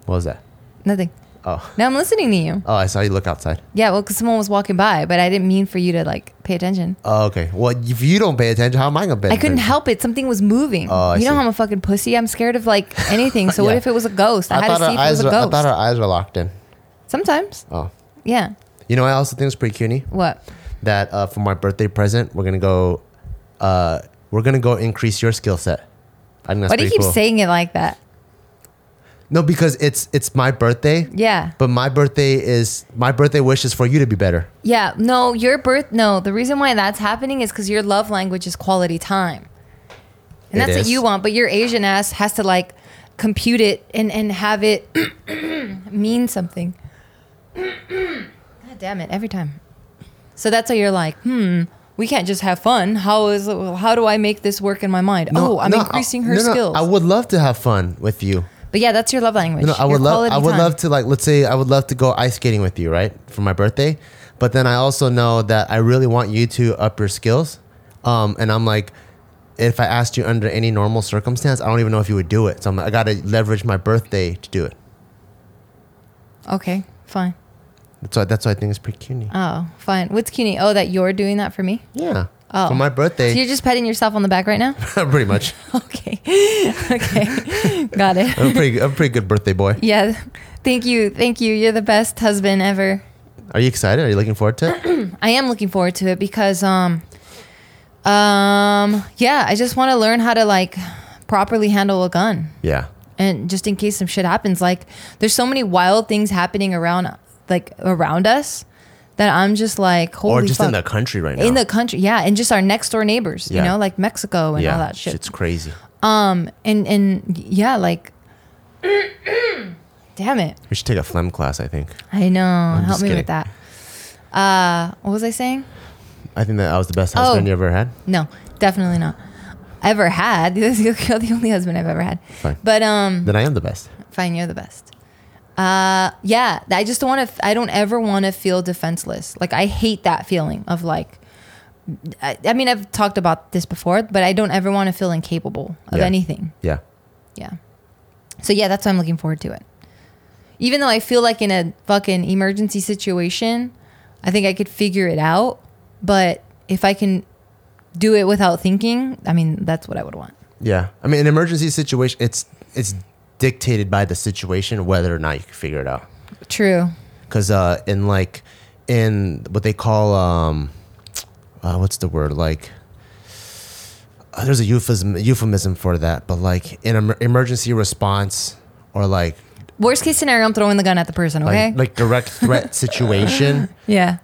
What was that?
Nothing.
Oh.
No, I'm listening to you.
Oh, I saw you look outside.
Yeah, well, because someone was walking by, but I didn't mean for you to like pay attention.
Oh, okay. Well, if you don't pay attention, how am I going to pay
I couldn't help it. Something was moving.
Oh, I
you know
see.
how I'm a fucking pussy. I'm scared of
[laughs]
like anything. So what
Yeah.
if it was a ghost? I, had
thought
to see
our
if it was
eyes
a
were, I
ghost.
thought our eyes were locked in.
Sometimes,
Oh.
yeah.
You know, what I also think it's pretty cuny
What?
that uh, for my birthday present, we're going to go, uh, we're going to go increase your skill set. I think that's
Why do you
pretty
keep
cool.
saying it like that?
No, because it's it's my birthday.
Yeah,
But my birthday is my birthday wish is for you to be better.
yeah. No, your birth. No, the reason why that's happening is because your love language is quality time, and
It
that's what
is.
you want. But your Asian ass has to like compute it and and have it [clears throat] mean something. God damn it, every time. So that's why you're like, hmm, we can't just have fun. How is how do I make this work in my mind? oh, I'm
no,
increasing
I-
her
no, no,
skills.
I would love to have fun with you.
but yeah, that's your love language.
No, I
your
would love.
quality
I would
time.
love to like. Let's say I would love to go ice skating with you, right, for my birthday. But then I also know that I really want you to up your skills. Um, and I'm like, if I asked you under any normal circumstance, I don't even know if you would do it. So I'm like, I gotta leverage my birthday to do it.
Okay, fine.
That's why. That's why I think it's pretty cuny.
Oh, fine. What's cuny? Oh, that you're doing that for me.
yeah.
Oh.
For
So
my
you're
birthday,
just petting yourself on the back right now?
[laughs] pretty much.
[laughs] Okay. okay. Got it.
I'm a pretty. I'm a pretty good birthday boy.
Yeah. Thank you. Thank you. You're the best husband ever.
Are you excited? Are you looking forward to
[clears throat]
it?
I am looking forward to it because um um yeah, I just want to learn how to like properly handle a gun
Yeah.
and just in case some shit happens like there's so many wild things happening around like around us that I'm just like holy
or just in the
fuck.
country right now.
in the country, yeah, and just our next door neighbors, you
Yeah.
know, like Mexico and
yeah.
all that shit.
It's crazy.
Um, and and yeah, like, [clears throat] damn it,
We should take a phlegm class. I think.
I know. Help
just
me
kidding.
with that. Uh, what was I saying?
I think that I was the best husband
Oh.
you ever had.
No, definitely not. Ever had? [laughs] This is the only husband I've ever had.
Fine.
But um,
Then I am the best.
fine, you're the best. Uh, yeah, I just don't want to. I don't ever want to feel defenseless. Like I hate that feeling of like. I, I mean, I've talked about this before, but I don't ever want to feel incapable of
Yeah.
anything.
Yeah.
Yeah. So yeah, that's why I'm looking forward to it. Even though I feel like in a fucking emergency situation, I think I could figure it out. But if I can do it without thinking, I mean, that's what I would want.
Yeah. I mean, an emergency situation, it's it's dictated by the situation whether or not you can figure it out.
True.
Because uh, in like in what they call um, uh, what's the word like. uh, There's a euphemism, euphemism for that, but like in em- emergency response or like
Worst case scenario, I'm throwing the gun at the person.
like,
Okay.
like direct threat situation,
yeah.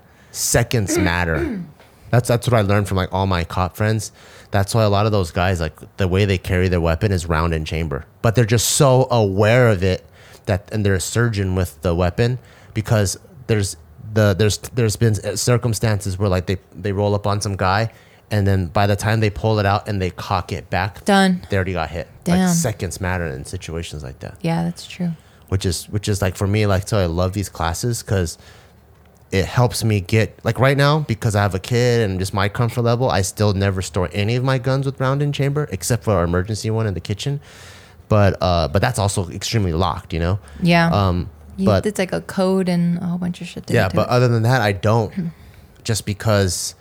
[clears throat]
seconds matter. That's that's what I learned from like all my cop friends. That's why a lot of those guys like the way they carry their weapon is round in chamber, but they're just so aware of it that and they're a surgeon with the weapon because there's the there's there's been circumstances where like they they roll up on some guy and then by the time they pull it out and they cock it back,
Done.
They already got hit.
Damn.
Like seconds matter in situations like that
Yeah, that's true.
which is which is like for me like so I love these classes because it helps me get like right now because I have a kid and just my comfort level I still never store any of my guns with round in chamber except for our emergency one in the kitchen but uh but that's also extremely locked you know
Yeah.
um
You-
but
it's like a code and a whole bunch of shit. that
yeah
you do.
but uh, other than that I Hmm. don't just because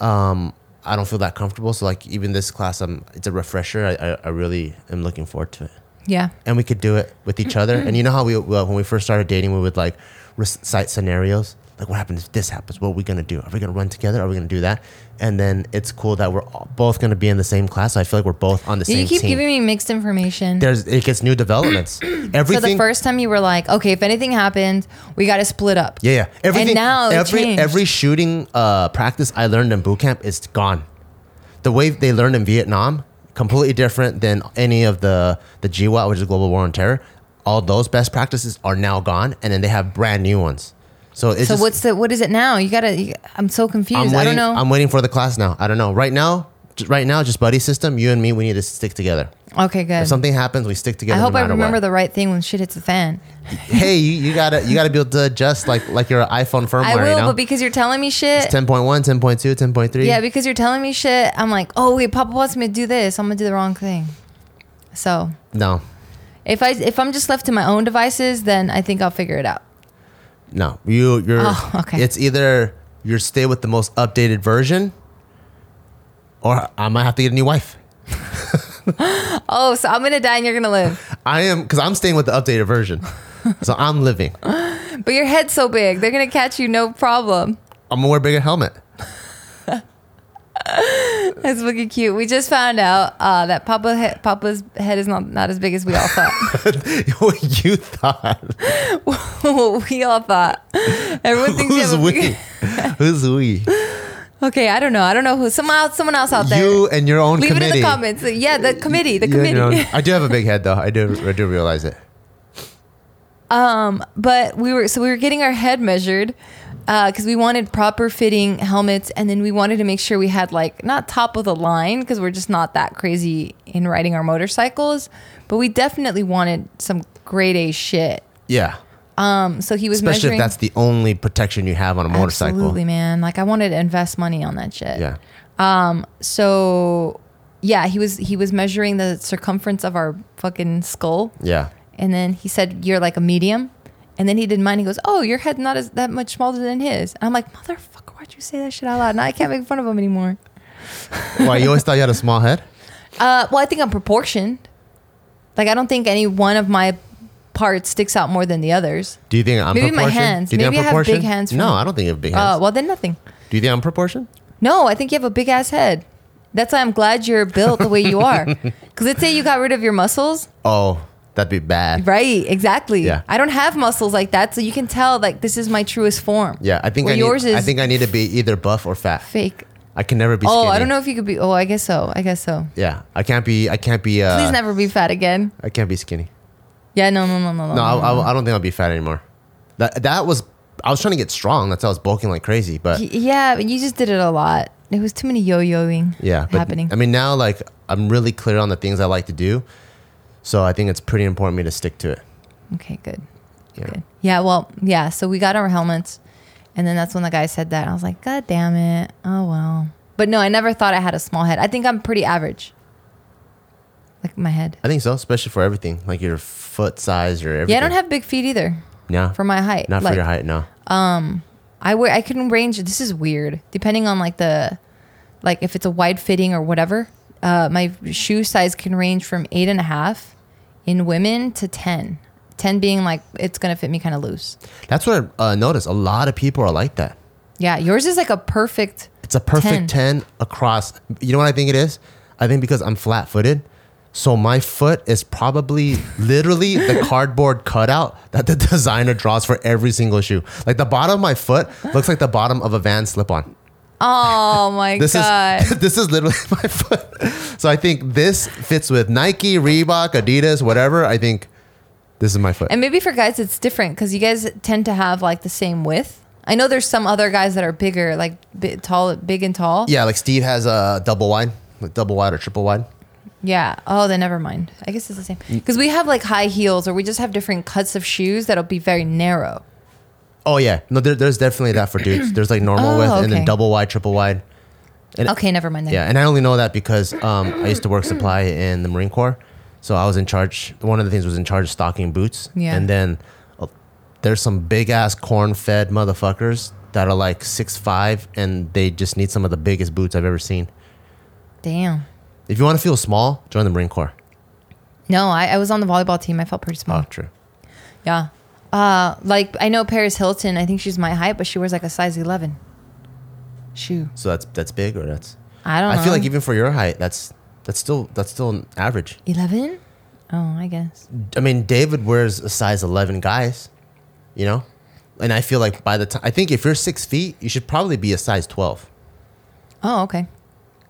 um I don't feel that comfortable so like even this class I'm it's a refresher I I, I really am looking forward to it
yeah,
and we could do it with each other. and you know how we well, when we first started dating, we would like recite scenarios. Like, what happens if this happens? What are we gonna do? Are we gonna run together? Are we gonna do that? And then it's cool that we're all, both gonna be in the same class. So I feel like we're both on the
you
same
keep
team.
giving me mixed information.
There's it gets new developments.
[clears throat] so the
Everything.
first time you were like, okay, if anything happens, we got to split up.
yeah, yeah. Everything.
now it
every
changed.
every shooting uh, practice I learned in boot camp is gone. The way they learned in Vietnam, completely different than any of the the GWAT, which is Global War on Terror. All those best practices are now gone, and then they have brand new ones. So it's
So
just,
what's the what is it now? You gotta. You, I'm so confused.
I'm
I
waiting,
don't know.
I'm waiting for the class now. I don't know. Right now, j- right now, just buddy system. You and me, we need to stick together.
okay, good.
If something happens, we stick
I
together.
hope
no
I
matter
remember
what.
the right thing when shit hits the fan.
Hey, you, you gotta you gotta be able to adjust like like your iPhone
[laughs]
firmware.
I will,
you know?
but because you're telling me shit,
10.1, 10.2, 10.3.
yeah, because you're telling me shit, I'm like, oh wait, Papa wants me to do this. I'm gonna do the wrong thing. So
No,
if I if I'm just left to my own devices, then I think I'll figure it out.
no. You, you're.
Oh, okay.
It's either you stay with the most updated version, or I might have to get a new wife.
Oh, so I'm gonna die and you're gonna
[laughs]
live,
I am because I'm staying with the updated version,
[laughs]
so I'm living. I'm
but your head's so big, they're gonna catch you, no problem.
gonna wear a bigger helmet. [laughs]
That's fucking cute. We just found out uh, that Papa he- Papa's head is not not as big as we all thought.
what you thought?
what [laughs] we all thought. Everyone thinks you
Who's
have a big-
we? [laughs] Who's we?
[laughs] Okay, I don't know. I don't know who. Someone else, someone else out there.
You and your own
Leave
committee.
it in the comments. Yeah, the committee. The
You and
committee. [laughs]
your own- I do have a big head though. I do. I do realize it.
but we were so we were getting our head measured because we wanted proper fitting helmets and then we wanted to make sure we had like not top of the line because we're just not that crazy in riding our motorcycles but we definitely wanted some grade a shit
Yeah.
um so he was
Especially
measuring
if that's the only protection you have on a motorcycle.
absolutely man like i wanted to invest money on that shit
Yeah.
Um, so yeah he was he was measuring the circumference of our fucking skull
Yeah.
And then he said, You're like a medium. And then he did mine. He goes, Oh, your head's not as that much smaller than his. And I'm like, Motherfucker, why'd you say that shit out loud? Now I can't make fun of him anymore.
Why you always thought you had a small head?
Uh, well, I think I'm proportioned. Like, I don't think any one of my parts sticks out more than the others.
Do you think I'm
Maybe my
proportioned?
hands.
Do you think
Maybe
I'm
I have big
proportioned?
hands for
No,
me.
I don't think you have big hands.
Uh, well, then nothing.
Do you think I'm proportioned?
No, I think you have a big ass head. That's why I'm glad you're built the way you are. Because let's say you got rid of your muscles.
Oh, that'd be bad.
Right, exactly.
Yeah.
I don't have muscles like that. So you can tell, like, this is my truest form.
Yeah, I think
Well,
I need,
yours is
I think I need to be either buff or fat.
fake.
I can never be.
Oh,
skinny.
I don't know if you could be. Oh, I guess so. I guess so.
Yeah, I can't be. I can't be. Uh,
Please never be fat again.
I can't be skinny.
Yeah, no, no, no, no, no.
No, I, I, I don't think I'll be fat anymore. That that was. I was trying to get strong. That's how I was bulking like crazy. But
Y- yeah, but you just did it a lot. It was too many yo-yoing.
yeah, but,
happening.
I mean, now like I'm really clear on the things I like to do, so I think it's pretty important for me to stick to it.
okay, good.
Yeah.
Good. Yeah. Well, yeah. So we got our helmets, and then that's when the guy said that. I was like, God damn it. Oh well. But no, I never thought I had a small head. I think I'm pretty average. Like my head.
I think so, especially for everything like your foot size or everything.
Yeah, I don't have big feet either
No,
for my height.
not
Like,
for your height. No.
I wear I can range. This is weird. Depending on like the, like if it's a wide fitting or whatever, uh, my shoe size can range from eight and a half in women to ten. Ten being like it's gonna fit me kind of loose.
That's what I uh, noticed. A lot of people are like that.
Yeah, yours is like a perfect.
It's a perfect 10. across. You know what I think it is? I think because I'm flat footed. So my foot is probably [laughs] literally the cardboard cutout that the [laughs] designer draws for every single shoe. Like the bottom of my foot looks like the bottom of a van slip on. [laughs]
Oh my
This
god!
is [laughs] this is literally my foot. So I think this fits with Nike, Reebok, Adidas, whatever. I think this is my foot.
and maybe for guys it's different because you guys tend to have like the same width. I know there's some other guys that are bigger, like bi- tall, big and tall.
Yeah, like Steve has a double wide, like double wide or triple wide.
Yeah. Oh, then never mind. I guess it's the same.
Mm.
Because we have like high heels, or we just have different cuts of shoes that'll be very narrow.
Oh yeah, no, there, there's definitely that
[clears throat]
for dudes. There's like normal
Oh,
width and then
okay.
double wide, triple wide.
Okay, never mind. Then.
Yeah, and I only know that because um, I used to
[clears throat]
work supply in the Marine Corps, so I was in charge. One of the things was in charge of stocking boots.
Yeah.
and then uh, there's some big ass corn fed motherfuckers that are like six five, and they just need some of the biggest boots I've ever seen.
Damn.
If you want to feel small, join the Marine Corps.
No, I, I was on the volleyball team. I felt pretty small.
Oh, true.
Yeah. Uh, like I know Paris Hilton. I think she's my height, but she wears like a size eleven shoe.
So that's that's big or that's.
I don't.
I
know.
feel like even for your height, that's that's still that's still average.
eleven. Oh, I guess.
I mean, David wears a size 11 guys, you know? And I feel like by the time, I think if you're six feet, you should probably be a size 12.
Oh, okay.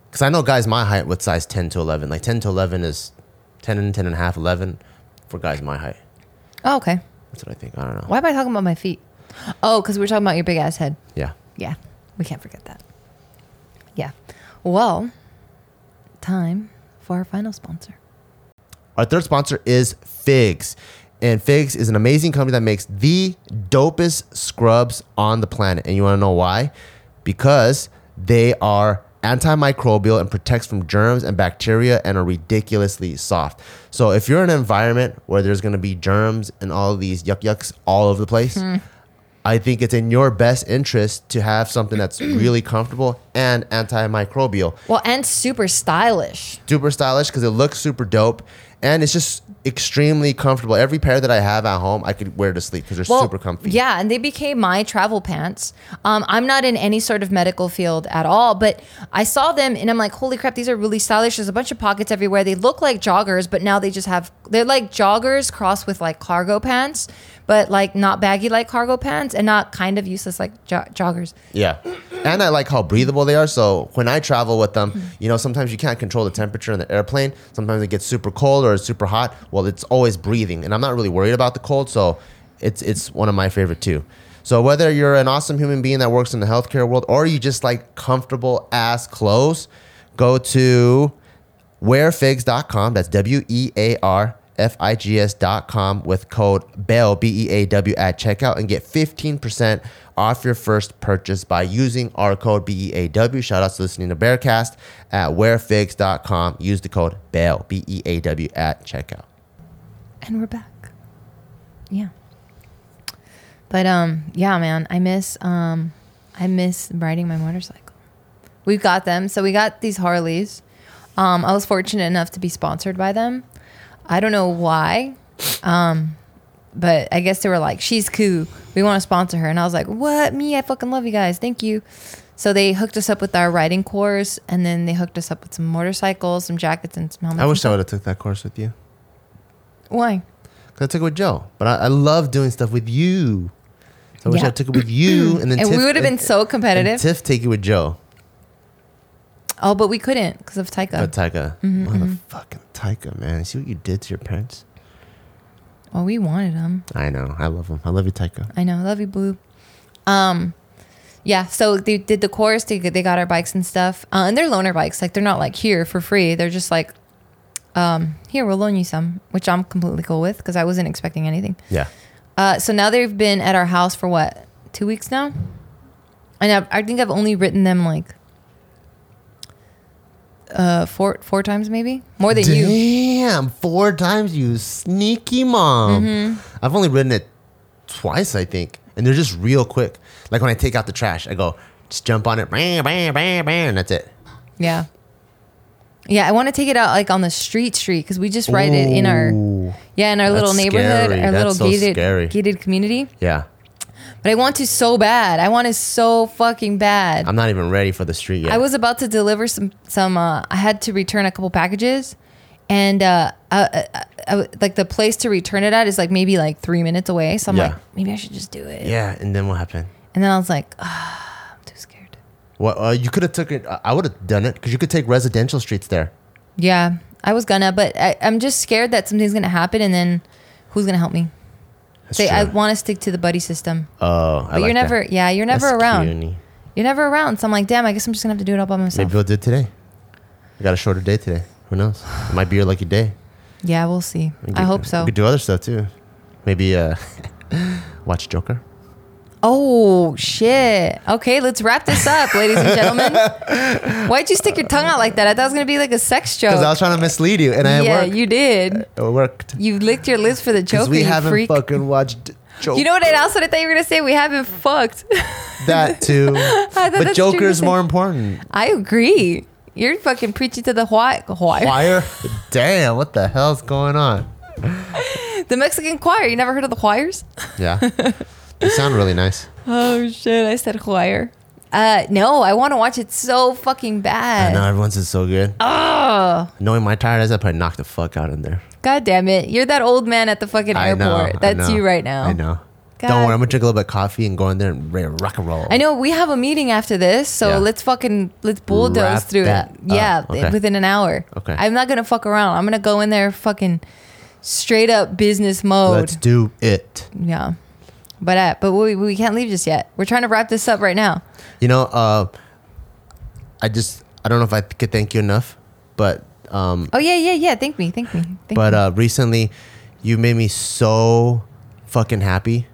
Because I know guys my height with size 10 to 11. Like 10 to 11 is 10 and 10 and a half, 11 for guys my height.
Oh, okay.
That's what I think. I don't know.
Why am I talking about my feet? Oh, because we're talking about your big ass head.
Yeah.
Yeah, we can't forget that. Yeah. Well, time for our final sponsor.
Our third sponsor is Figs. And Figs is an amazing company that makes the dopest scrubs on the planet. And you want to know why? Because they are antimicrobial and protects from germs and bacteria and are ridiculously soft. So if you're in an environment where there's going to be germs and all these yuck yucks all over the place, I think it's in your best interest to have something that's really comfortable and antimicrobial
Well, and super stylish.
super stylish because it looks super dope and it's just extremely comfortable. Every pair that I have at home, I could wear to sleep because they're
Well,
super comfy.
Yeah, and they became my travel pants. Um, I'm not in any sort of medical field at all, but I saw them and I'm like, holy crap, these are really stylish. There's a bunch of pockets everywhere. They look like joggers, but now they just have, they're like joggers crossed with like cargo pants, but like not baggy like cargo pants and not kind of useless like jo- joggers.
Yeah. And I like how breathable they are. So when I travel with them, you know, sometimes you can't control the temperature in the airplane. Sometimes it gets super cold or it's super hot. Well, it's always breathing. And I'm not really worried about the cold. So it's, it's one of my favorite too. So whether you're an awesome human being that works in the healthcare world or you just like comfortable ass clothes, go to wearfigs.com. That's W E A R F I G S.com with code BELL, B E A W, at checkout and get 15% off your first purchase by using our code B E A W. Shout out to listening to Bearcast at wearfigs.com. Use the code BELL, B E A W, at checkout.
And we're back. Yeah. But um yeah, man, I miss um I miss riding my motorcycle. We've got them. So we got these Harleys. Um I was fortunate enough to be sponsored by them. I don't know why. Um but I guess they were like, "She's cool. We want to sponsor her." And I was like, "What? Me? I fucking love you guys. Thank you." So they hooked us up with our riding course, and then they hooked us up with some motorcycles, some jackets, and some helmets.
I wish I would have took that course with you.
Why?
Because I took it with Joe. But I, I love doing stuff with you. So I wish
Yeah.
I took it with you. And then
And
Tiff-
we would have been
and-
so competitive.
and Tiff take it with Joe.
Oh, but we couldn't because of
But
Tyka. Mm-hmm,
Tyga. Motherfucking Tyga, man. See what you did to your parents?
Well, we wanted him.
I know. I love him. I love you, Tycho.
I know. Love you, boo. Um, yeah. So they did the course. They they got our bikes and stuff, uh, and they're loaner bikes. Like they're not like here for free. They're just like, um, here we'll loan you some, which I'm completely cool with because I wasn't expecting anything.
Yeah.
Uh, so now they've been at our house for what two weeks now, and I've, I think I've only written them like uh four four times maybe more
[laughs]
than you.
Damn, four times you sneaky mom.
Mm-hmm.
I've only ridden it twice, I think, and they're just real quick. Like when I take out the trash, I go just jump on it, bam, bam, bam, bam, and that's it.
Yeah. Yeah, I want to take it out like on the street street because we just ride it in our
Ooh.
yeah in our little
That's
neighborhood,
scary.
our
That's
little
so
gated
scary.
gated community.
Yeah,
But I want to so bad. I want to so fucking bad.
I'm not even ready for the street yet.
I was about to deliver some some. Uh, I had to return a couple packages, and uh, I, I, I, like the place to return it at is like maybe like three minutes away. So I'm
Yeah.
like, maybe I should just do it.
yeah, and then what happened?
And then I was like, ah, I'm too scared.
What uh, you could have took it? I- I would have done it because you could take residential streets there.
Yeah, I was gonna, but I, I'm just scared that something's gonna happen, and then who's gonna help me? Say I
true.
want to stick to the buddy system.
Oh, I
But
like
you're
that.
never, yeah, you're never
That's
around.
cuny.
You're never around. So I'm like, damn, I guess I'm just gonna have to do it all by myself.
Maybe we'll do it today. I got a shorter day today. Who knows? It might be your lucky day.
yeah, we'll see.
We
I
could-
hope so.
We could do other stuff too. Maybe uh, [laughs] watch Joker.
Oh shit! Okay, let's wrap this up, ladies and
[laughs]
gentlemen. Why'd you stick your tongue out like that? I thought it was gonna be like a sex joke.
Because I was trying to mislead you, and I
yeah,
worked.
you did.
it worked.
You licked your lips for the
Because
joker.
we
you
haven't
freak.
fucking watched Joker.
You know what? I also I thought you were gonna say we haven't fucked.
[laughs]
[laughs]
that too.
thought that's what
but
you
Joker's
said.
more important.
I agree. You're fucking preaching to the why, why?
Choir. Damn, what the hell's going on?
the Mexican choir. You never heard of the choirs? [laughs]
Yeah, they sound really nice.
Oh shit! I said choir. Uh, no, I want to watch it so fucking
I know
bad.
everyone's is so good.
Oh,
Knowing my tiredness, I probably knocked the fuck out in there.
god damn it! You're that old man at the fucking
I know,
airport.
I
That's
know,
you right now.
I know.
God.
Don't worry, I'm gonna drink a little bit of coffee and go in there and re- rock and roll.
I know we have a meeting after this, so
Yeah.
let's fucking let's bulldoze
Wrap
through it.
that
Yeah,
up. Okay.
within an hour.
Okay.
I'm not gonna fuck around. I'm gonna go in there fucking straight up business mode.
Let's do it.
yeah. But uh, but we, we can't leave just yet. We're trying to wrap this up right now.
You know, uh, I just I don't know if I could thank you enough, but um,
Oh yeah, yeah, yeah. Thank me, thank me. Thank
but uh, recently you made me so fucking happy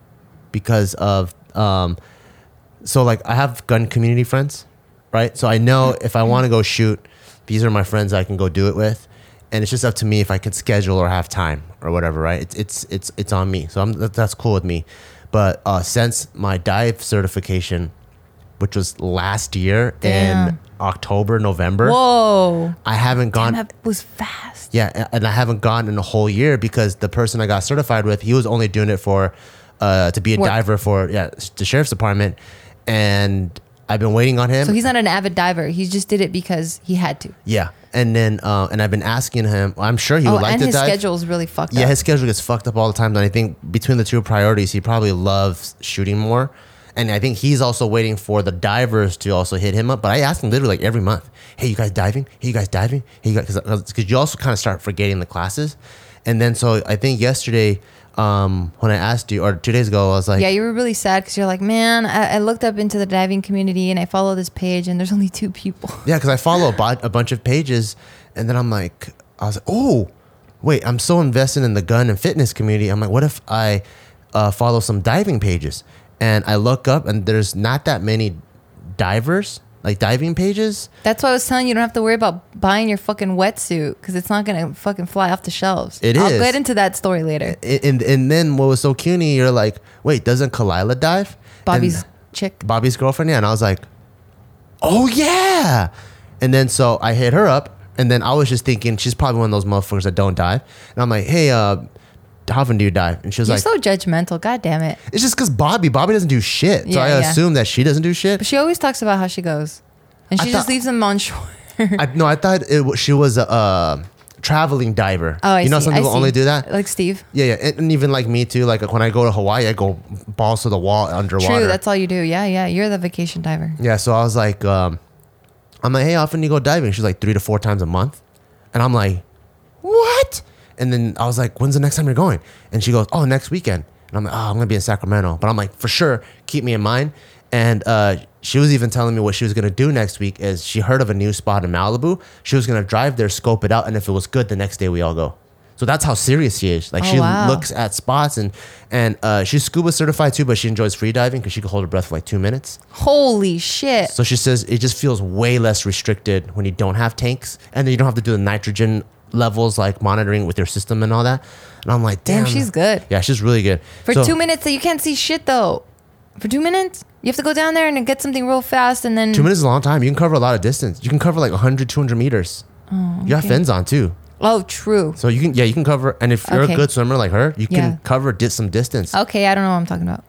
because of um, so like I have gun community friends, right? So I know
Mm-hmm.
if I want to go shoot, these are my friends I can go do it with, and it's just up to me if I can schedule or have time or whatever, right? It's it's it's it's on me, so I'm that- that's cool with me. But uh, since my dive certification, which was last year in
Damn.
October November,
you. Whoa,
I haven't gone.
that was fast.
Yeah, a- and I haven't gone in a whole year because the person I got certified with, he was only doing it for uh, to be a
Work.
diver for yeah s- the sheriff's department, and I've been waiting on him.
So he's not an avid diver. He just did it because he had to.
yeah, and then uh, and I've been asking him. I'm sure he
Oh,
would like
and
to
his
dive.
schedule's really fucked
yeah,
up.
his schedule gets fucked up all the time. And I think between the two priorities, he probably loves shooting more. And I think he's also waiting for the divers to also hit him up. But I ask him literally like every month, "Hey, you guys diving? Hey, you guys diving? Hey, you guys?" Because you also kind of start forgetting the classes. And then so I think yesterday, um, when I asked you, or two days ago, I was like,
Yeah, you were really sad because you're like, man, I, I looked up into the diving community and I follow this page and there's only two people. [laughs]
Yeah, because I follow a, bu- a bunch of pages, and then I'm like, I was like, oh, wait, I'm so invested in the gun and fitness community. I'm like, what if I uh, follow some diving pages? And I look up, and there's not that many divers, like diving pages.
That's why I was telling you, you don't have to worry about buying your fucking wetsuit because it's not gonna fucking fly off the shelves.
It
I'll
is.
get into that story later.
And, and, and then what was so cuny, you're like, wait, doesn't Kalila dive? And-
Bobby's chick.
Bobby's girlfriend, yeah. And I was like, oh, yeah. And then so I hit her up. And then I was just thinking, she's probably one of those motherfuckers that don't dive. And I'm like, hey, uh, how often do you dive? And she was
You're
like,
so judgmental. God damn it.
it's just because Bobby, Bobby doesn't do shit. So
Yeah,
I
yeah.
assume that she doesn't do
But
shit.
she always talks about how she goes, and
I
she just
thought-
leaves them on shore. [laughs]
I, no, I thought it, wa- she was a uh, traveling diver.
Oh, I
you know,
see.
some
I
people only
see.
do that.
Like Steve.
Yeah, yeah. And, and even like me too. Like when I go to Hawaii, I go balls to the wall underwater.
True. That's all you do. Yeah, yeah. You're the vacation diver.
Yeah, so I was like, um, I'm like, hey, how often do you go diving? She's like, three to four times a month. And I'm like, what? And then I was like, when's the next time you're going? And she goes, oh, next weekend. And I'm like, oh, I'm going to be in Sacramento. But I'm like, for sure, keep me in mind. And uh, she was even telling me what she was going to do next week is she heard of a new spot in Malibu. She was going to drive there, scope it out. And if it was good, the next day we all go. So that's how serious she is. Like
Oh,
she
wow.
looks at spots and and uh, she's scuba certified too, but she enjoys free diving because she can hold her breath for like two minutes.
Holy shit.
So she says it just feels way less restricted when you don't have tanks, and then you don't have to do the nitrogen levels like monitoring with your system and all that. And I'm like, damn,
Damn, she's good.
Yeah, she's really good.
For
So-
two minutes, you can't see shit though. For two minutes, you have to go down there and get something real fast, and then
two minutes is a long time. You can cover a lot of distance. You can cover like 100, 200 meters. You have
okay.
fins on too,
oh, true.
so you can yeah you can cover. And if you're
Okay.
a good swimmer like her, you
Yeah. Oh.
can cover di- some distance.
Okay, I don't know what I'm talking about.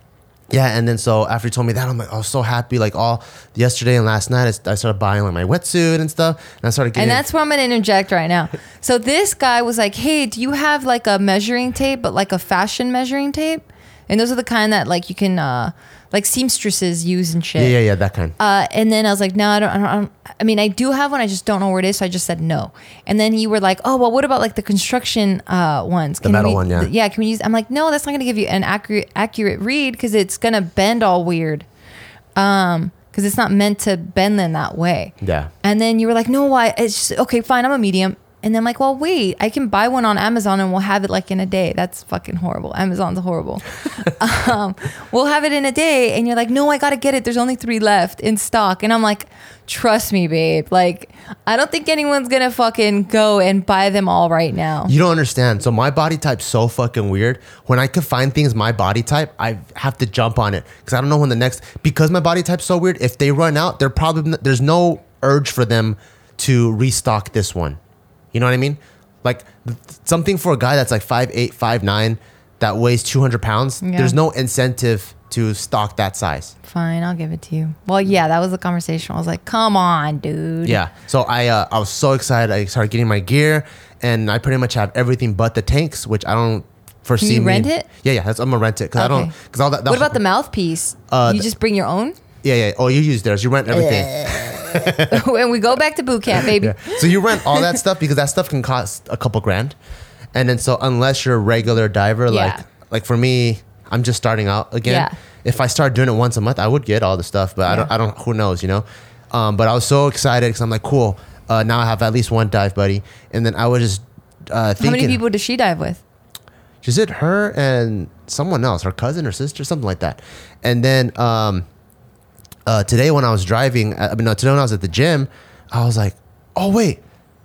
Yeah, and then so after he told me that, I'm like, I was so happy. Like all yesterday and last night, I s- I started buying like my wetsuit and stuff, and I started getting
And that's where I'm gonna interject right
[laughs]
now. So this guy was like, "Hey, do you have like a measuring tape, but like a fashion measuring tape?" And those are the kind that like you can uh, like seamstresses use and shit.
Yeah, yeah, yeah, that kind.
Uh, and then I was like, no, I don't, I don't, I don't. I mean, I do have one. I just don't know where it is. So I just said no. And then you were like, oh, well, what about like the construction uh, ones? Can
metal
we-
one, yeah.
Yeah. Can we use? I'm like, no, that's not going to give you an accurate accurate read because it's going to bend all weird. Um, because it's not meant to bend in that way.
Yeah.
And then you were like, no, why? It's just, okay, fine. I'm a medium. And then I'm like, well, wait, I can buy one on Amazon and we'll have it like in a day. That's fucking horrible. Amazon's
[laughs]
horrible. um, we'll have it in a day. And you're like, no, I got to get it. There's only three left in stock. And I'm like, trust me, babe. Like, I don't think anyone's going to fucking go and buy them all right now.
You don't understand. So my body type's so fucking weird. When I could find things my body type, I have to jump on it because I don't know when the next. Because my body type's so weird. If they run out, they're probably there's no urge for them to restock this one. You know what I mean? Like th- something for a guy that's like five eight, five nine, that weighs two hundred pounds.
Yeah.
There's no incentive to stock that size.
Fine, I'll give it to you. Well, yeah, that was the conversation. I was like, come on, dude.
Yeah. So I uh, I was so excited. I started getting my gear, and I pretty much have everything but the tanks, which I don't foresee.
you
me-
rent it?
Yeah, yeah. That's, I'm gonna rent it because I don't
Okay.
because all that. that
What about the mouthpiece?
Uh,
you
th-
just bring your own? [laughs]
Yeah, yeah. Oh, you use theirs. You rent everything.
when we go back to boot camp, baby.
Yeah. So you rent all that stuff because that stuff can cost a couple grand, and then so unless you're a regular diver,
Yeah.
like like for me, I'm just starting out again.
Yeah.
If I start doing it once a month, I would get all the stuff, but I don't.
Yeah.
I don't. Who knows? You know. Um, but I was so excited because I'm like, cool. Uh, now I have at least one dive buddy, and then I was just uh,
How
thinking.
many people does she dive with?
She said her and someone else, her cousin or sister, something like that. And then um, uh, today when I was driving, uh, I I mean, no, today when I was at the gym, I was like, oh, wait,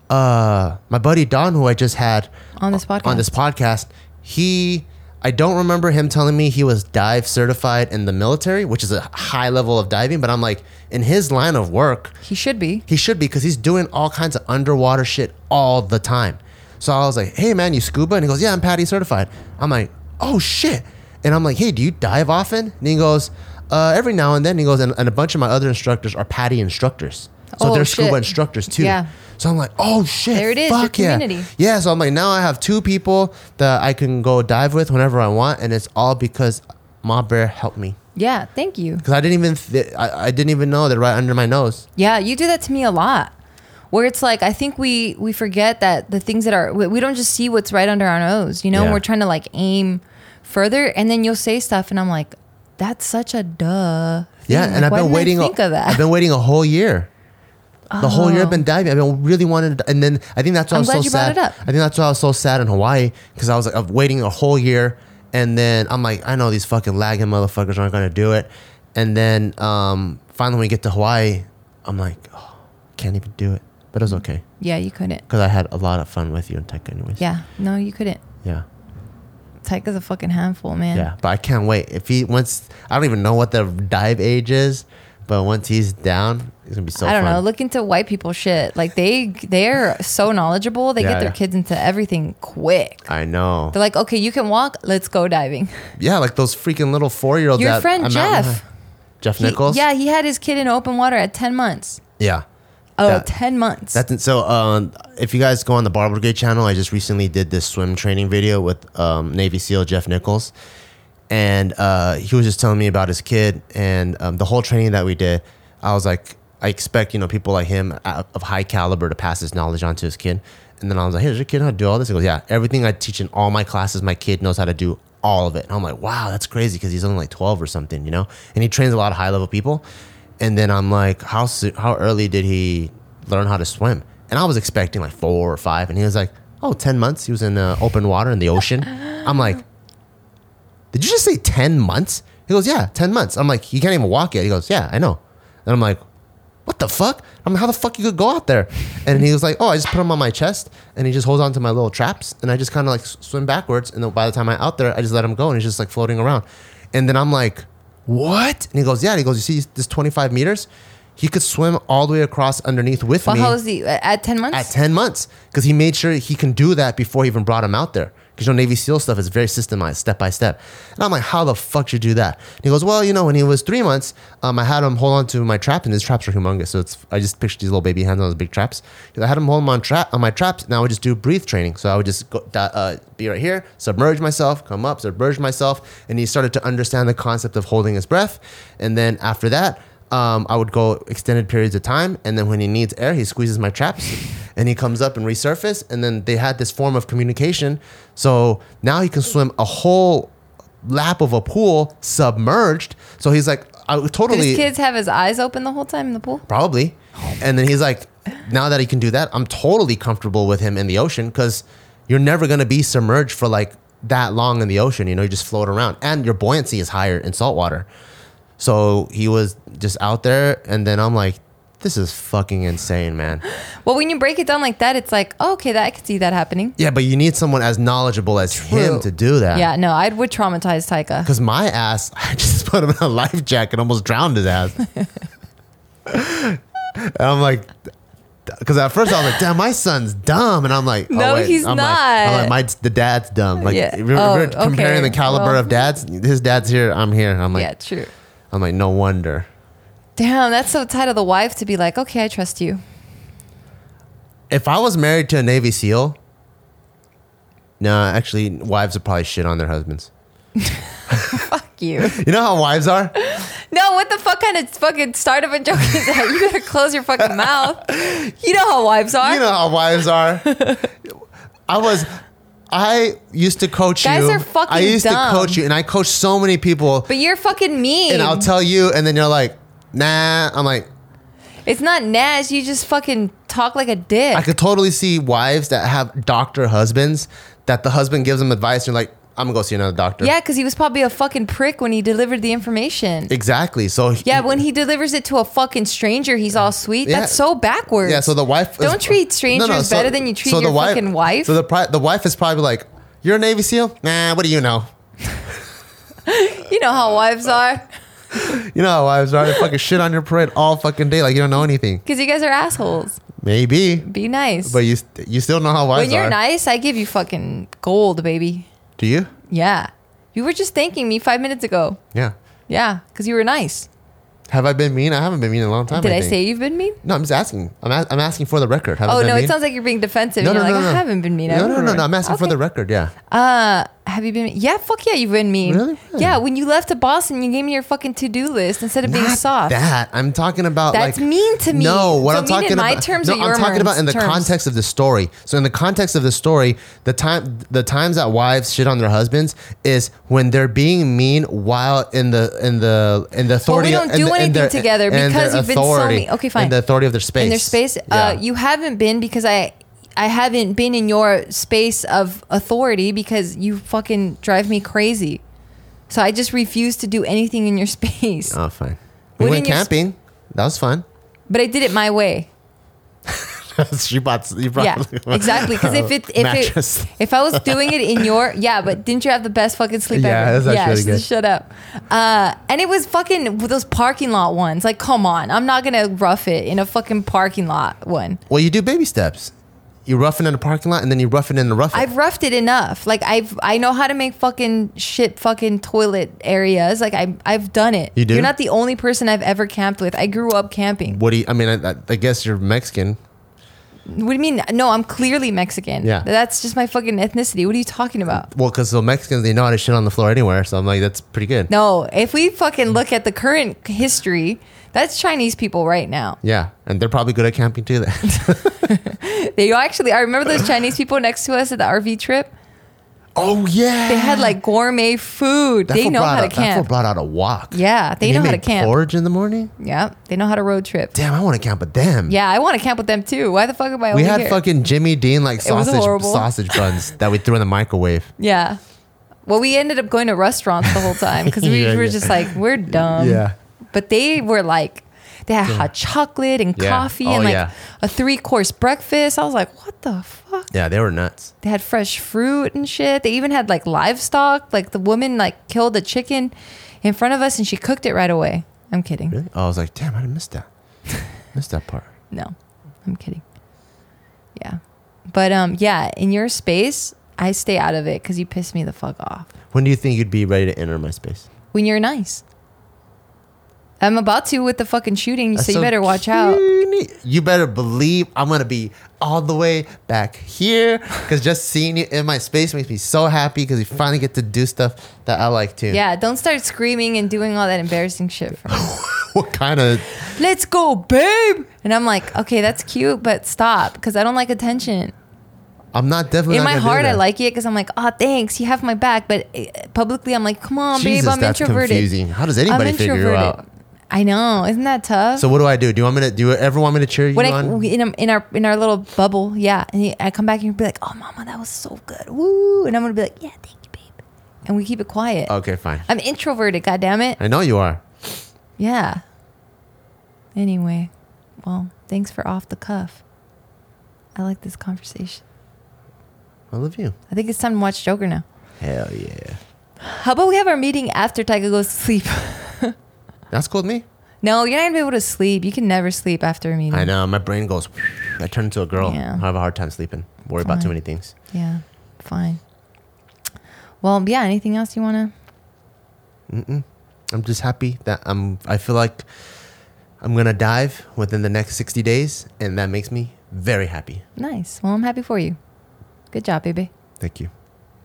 uh, my buddy Don, who I just had
On this
on
podcast.
this podcast, he, I don't remember him telling me he was dive certified in the military, which is a high level of diving, but I'm like, in his line of work,
He should be.
he should be because he's doing all kinds of underwater shit all the time. So I was like, hey man, you scuba? And he goes, yeah, I'm Patty certified. I'm like, oh shit. And I'm like, hey, do you dive often? And he goes, uh, every now and then. And he goes, and, and a bunch of my other instructors are Patty instructors. So
Oh,
they're
shit.
scuba instructors too.
Yeah.
So I'm like, oh shit.
There it is, your
Fuck yeah.
community.
Yeah. So I'm like, now I have two people that I can go dive with whenever I want. And it's all because Ma Bear helped me.
Yeah, thank you.
Because I didn't even, th- I, I didn't even know they're right under my nose.
Yeah, you do that to me a lot. Where it's like I think we we forget that the things that are we, we don't just see what's right under our nose, you know.
Yeah.
We're trying to like aim further, and then you'll say stuff, and I'm like, "That's such a duh." thing.
Yeah,
Like,
and I've
why
been
didn't I
waiting. a-
think of that. Oh.
I've been waiting a whole year. The whole year I've been diving. I've been really wanting to, and then I think that's why
I'm
I was
glad
so
you brought
sad.
it up.
I think that's why I was so sad in Hawaii because I was like, I'm waiting a whole year, and then I'm like, I know these fucking lagging motherfuckers aren't gonna do it, and then um, finally when we get to Hawaii, I'm like, oh, can't even do it, but it was okay
yeah, you couldn't.
because I had a lot of fun with you and Tech, anyways.
Mm-hmm. Yeah, no, you couldn't.
yeah,
Tyke is a fucking handful, man.
yeah. But I can't wait. If he once, I don't even know what the dive age is, but once he's down, it's gonna be so.
I don't
fun.
know. Look into white people shit. Like they they're so knowledgeable. They
Yeah,
get their
yeah.
kids into everything quick.
I know.
They're like, okay, you can walk. Let's go diving.
Yeah, like those freaking little four year olds.
Your friend Jeff.
Jeff
He-
Nichols.
yeah, he had his kid in open water at 10 months.
yeah.
Oh,
That-
10 months.
That's so. Um, if you guys go on the Barber Brigade channel, I just recently did this swim training video with um, Navy SEAL Jeff Nichols, and uh, he was just telling me about his kid and um, the whole training that we did. I was like, I expect you know people like him uh, of high caliber to pass this knowledge on to his kid. And then I was like, Hey, does your kid know how to do all this? He goes, Yeah, everything I teach in all my classes, my kid knows how to do all of it. And I'm like, Wow, that's crazy because he's only like 12 or something, you know. And he trains a lot of high level people. And then I'm like, How so- how early did he learn how to swim? And I was expecting like four or five, and he was like, Oh, 10 months. He was in uh, open water in the ocean. I'm like, did you just say 10 months? He goes, yeah, 10 months. I'm like, you can't even walk yet. He goes, yeah, I know. And I'm like, what the fuck? I'm like, how the fuck you could go out there? And he was like, oh, I just put him on my chest and he just holds on to my little traps and I just kind of like s- swim backwards. And then by the time I'm out there, I just let him go and he's just like floating around. And then I'm like, what? And he goes, yeah. And he goes, you see this 25 meters? He could swim all the way across underneath with
well,
me
how is he? At 10 months?
at 10 months because he made sure he can do that before he even brought him out there Because you know, Navy SEAL stuff is very systemized, step by step. And I'm like, how the fuck you do that? And he goes, well, you know, when he was three months, um, I had him hold on to my traps, and his traps are humongous. So it's I just pictured these little baby hands on his big traps. He goes, I had him hold him on trap on my traps, and I would just do breathe training. So I would just go, da- uh, be right here, submerge myself, come up, submerge myself, and he started to understand the concept of holding his breath. And then after that, um, I would go extended periods of time, and then when he needs air, he squeezes my traps, and he comes up and resurface. And then they had this form of communication. So now he can swim a whole lap of a pool submerged. So he's like, I would
Did
totally
his kids have his eyes open the whole time in the pool?
probably. And then he's like, now that he can do that, I'm totally comfortable with him in the ocean because you're never gonna be submerged for like that long in the ocean. You know, you just float around, and your buoyancy is higher in salt water. So he was just out there, and then I'm like, this is fucking insane, man.
Well, when you break it down like that, it's like, oh, okay, that I could see that happening.
Yeah, but you need someone as knowledgeable as him
True.
to do that.
Yeah, no, I would traumatize Taika.
Because my ass, [laughs] I just put him in a life jacket, almost drowned
[laughs]
his ass. and I'm like, because at first I was like, damn, my son's dumb. And I'm like, "Oh,
No,
wait.
he's
I'm Like,
not.
I'm like, my, the dad's dumb. Like,
Yeah.
if we're,
Oh,
we're comparing
okay.
the caliber
Well-
of dads. His dad's here, I'm here. I'm like,
yeah, true.
I'm like, no wonder.
Damn, that's so tight of the wife to be like, okay, I trust
[laughs]
you.
If I was married to a Navy SEAL, no, actually, wives would probably shit on their husbands.
Fuck you.
You know how wives are?
[laughs] No, what the fuck kind of fucking start of a joke is that? You better close your
[laughs]
fucking mouth. You know how wives are.
you know how
[laughs]
wives are. I was, I used to coach
Guys
you.
are fucking
I used
dumb.
to coach you, and I coached so many people.
but you're fucking mean.
and I'll tell you, and then you're like, nah. I'm like,
it's not Nash. You just fucking talk like a dick.
I could totally see wives that have doctor husbands that the husband gives them advice, and you're like, I'm gonna go see another doctor.
yeah, because he was probably a fucking prick when he delivered the information.
exactly. So he-
yeah, when he delivers it to a fucking stranger, he's all sweet.
Yeah.
That's so backwards.
Yeah, so the wife is-
Don't treat strangers better than you treat your
wife,
fucking wife.
So the pri- the wife is probably like, "You're a Navy SEAL? Nah, what do you know?
you know how wives are.
You know how wives are. They fucking shit on your parade all fucking day, like you don't know anything.
Because you guys are assholes.
Maybe,
Be nice.
but you st- you still know how wives
when you're
are.
nice, I give you fucking gold, baby.
do you?
Yeah. You were just thanking me five minutes ago.
Yeah.
Yeah, because you were nice.
Have I been mean? I haven't been mean in a long time.
Did I,
think.
say you've been mean?
No, I'm just asking. I'm, a- I'm asking for the record. Have I
Oh
been
no, it
mean?
sounds like you're being defensive.
No,
and
no,
you're
no,
like,
no.
I haven't been mean. I
No, no, no,
remember."
no. I'm asking for
Okay.
the record. Yeah.
Uh, have you been? mean? Yeah, fuck yeah, you've been mean.
Really?
Yeah, when you left to Boston, you gave me your fucking to do list instead of being
Not
soft.
That I'm talking about.
That's
like-
mean to me.
No, what
So mean
I'm
in
talking
my
about.
terms
no,
or your
I'm talking about in the
terms?
context of the story. So in the context of the story, the time the times that wives shit on their husbands is when they're being mean while in the in the in the
Well, we
authority.
don't
in
do
the- in
anything
their-
together
in their
because you've been so
authority,
mean. Okay, fine.
In the authority of their space.
in their space. Uh,
Yeah.
you haven't been because I. I haven't been in your space of authority because you fucking drive me crazy. So I just refuse to do anything in your [laughs] space.
Oh, fine. We
Wouldn't
went
your sp-
camping. that was fun. [laughs]
But I did it my way.
she bought. You brought. [laughs]
Yeah, exactly. Because if it if
Mattress.
it, if I was doing it in your yeah, but didn't you have the best fucking sleep
Yeah,
ever?
that's actually
yeah,
good.
shut up. Uh, and it was fucking with those parking lot ones. Like, come on, I'm not gonna rough it in a fucking parking lot one.
Well, you do baby steps. You rough it in the parking lot, and then you rough it in the rough. it.
I've roughed it enough. Like I've I know how to make fucking shit fucking toilet areas. Like I I've done it.
You do?
You're not the only person I've ever camped with. I grew up camping.
What do you? I mean, I, I- I guess you're Mexican.
What do you mean? No, I'm clearly Mexican.
Yeah.
that's just my fucking ethnicity. What are you talking about?
Well, because the Mexicans they know how to shit on the floor anywhere. So I'm like, that's pretty good.
No, if we fucking look at the current history, that's Chinese people right now.
Yeah, and they're probably good at camping too.
[laughs]
Then.
They actually, I remember those Chinese people next to us at the RV trip.
oh yeah,
They had like gourmet food.
That
they
fool
know
brought
how to
out- That fool
camp.
brought out a walk.
Yeah, they
And he
know how to
made
camp.
Porridge in the morning.
Yeah, they know how to road trip.
Damn, I want to camp with them.
Yeah, I want to camp with them too. Why the fuck am I?
we
over
had
here?
fucking Jimmy Dean
[laughs]
like
It was
sausage
horrible.
sausage
[laughs]
buns that we threw in the microwave.
Yeah. Well, we ended up going to restaurants the whole time because we
[laughs] Yeah,
were
yeah.
just like we're dumb.
Yeah.
But they were like. They had hot chocolate and
Yeah.
coffee
Oh,
and like
yeah.
a three course breakfast. I was like, what the fuck?
Yeah, they were nuts.
They had fresh fruit and shit. They even had like livestock. Like the woman like killed a chicken in front of us and she cooked it right away. I'm kidding.
Really? Oh, I was like, damn, I missed that. missed that part.
No, I'm kidding. Yeah. But um yeah, in your space, I stay out of it because you piss me the fuck off.
When do you think you'd be ready to enter my space?
When you're nice. I'm about to with the fucking shooting, so, you better watch out.
out. You better believe I'm gonna be all the way back here because just seeing you in my space makes me so happy because you finally get to do stuff that I like too.
Yeah, don't start screaming and doing all that embarrassing shit for me.
[gasps] what kind of?
Let's go, babe. And I'm like, okay, that's cute, but stop because I don't like attention.
I'm not definitely
in
not
my
gonna do
heart, I
that.
like it because I'm like, oh, thanks, you have my back. But eh, publicly, I'm like, come on,
Jesus,
babe, I'm
that's
introverted.
confusing. How does anybody
I'm
figure you
introverted.
out?
I know, isn't that tough?
So what do I do? Do you want me to? Do you ever want me to cheer you
when I,
on?
in, a- in our in our little bubble, yeah, and I come back and you'll be like, oh, mama, that was so good, woo, and I'm gonna be like, yeah, thank you, babe, and we keep it quiet.
okay, fine.
I'm introverted, God damn it.
I know you are.
Yeah. Anyway, well, thanks for off the cuff. I like this conversation.
I love you.
I think it's time to watch Joker now.
Hell yeah.
How about we have our meeting after Tyga goes to sleep? [laughs]
That's cool with me.
no, you're not gonna be able to sleep. You can never sleep after a meeting.
I know. My brain goes. I turn into a girl.
Yeah.
I have a hard time sleeping. Worry about too
Fine.
many things.
Yeah, fine. Well, yeah. Anything else you wanna?
I'm just happy that I'm. I feel like I'm gonna dive within the next 60 days, and that makes me very happy.
Nice. Well, I'm happy for you. Good job, baby.
Thank you.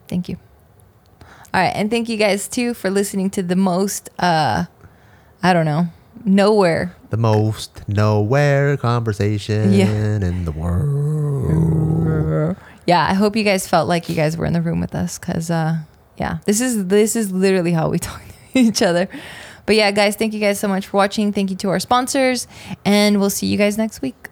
Thank you. All right, and thank you guys too for listening to the most. uh I don't know. Nowhere
The most nowhere conversation
Yeah.
in the world.
yeah i hope you guys felt like you guys were in the room with us because uh yeah this is this is literally how we [laughs] talk to each other but yeah guys thank you guys so much for watching thank you to our sponsors and we'll see you guys next week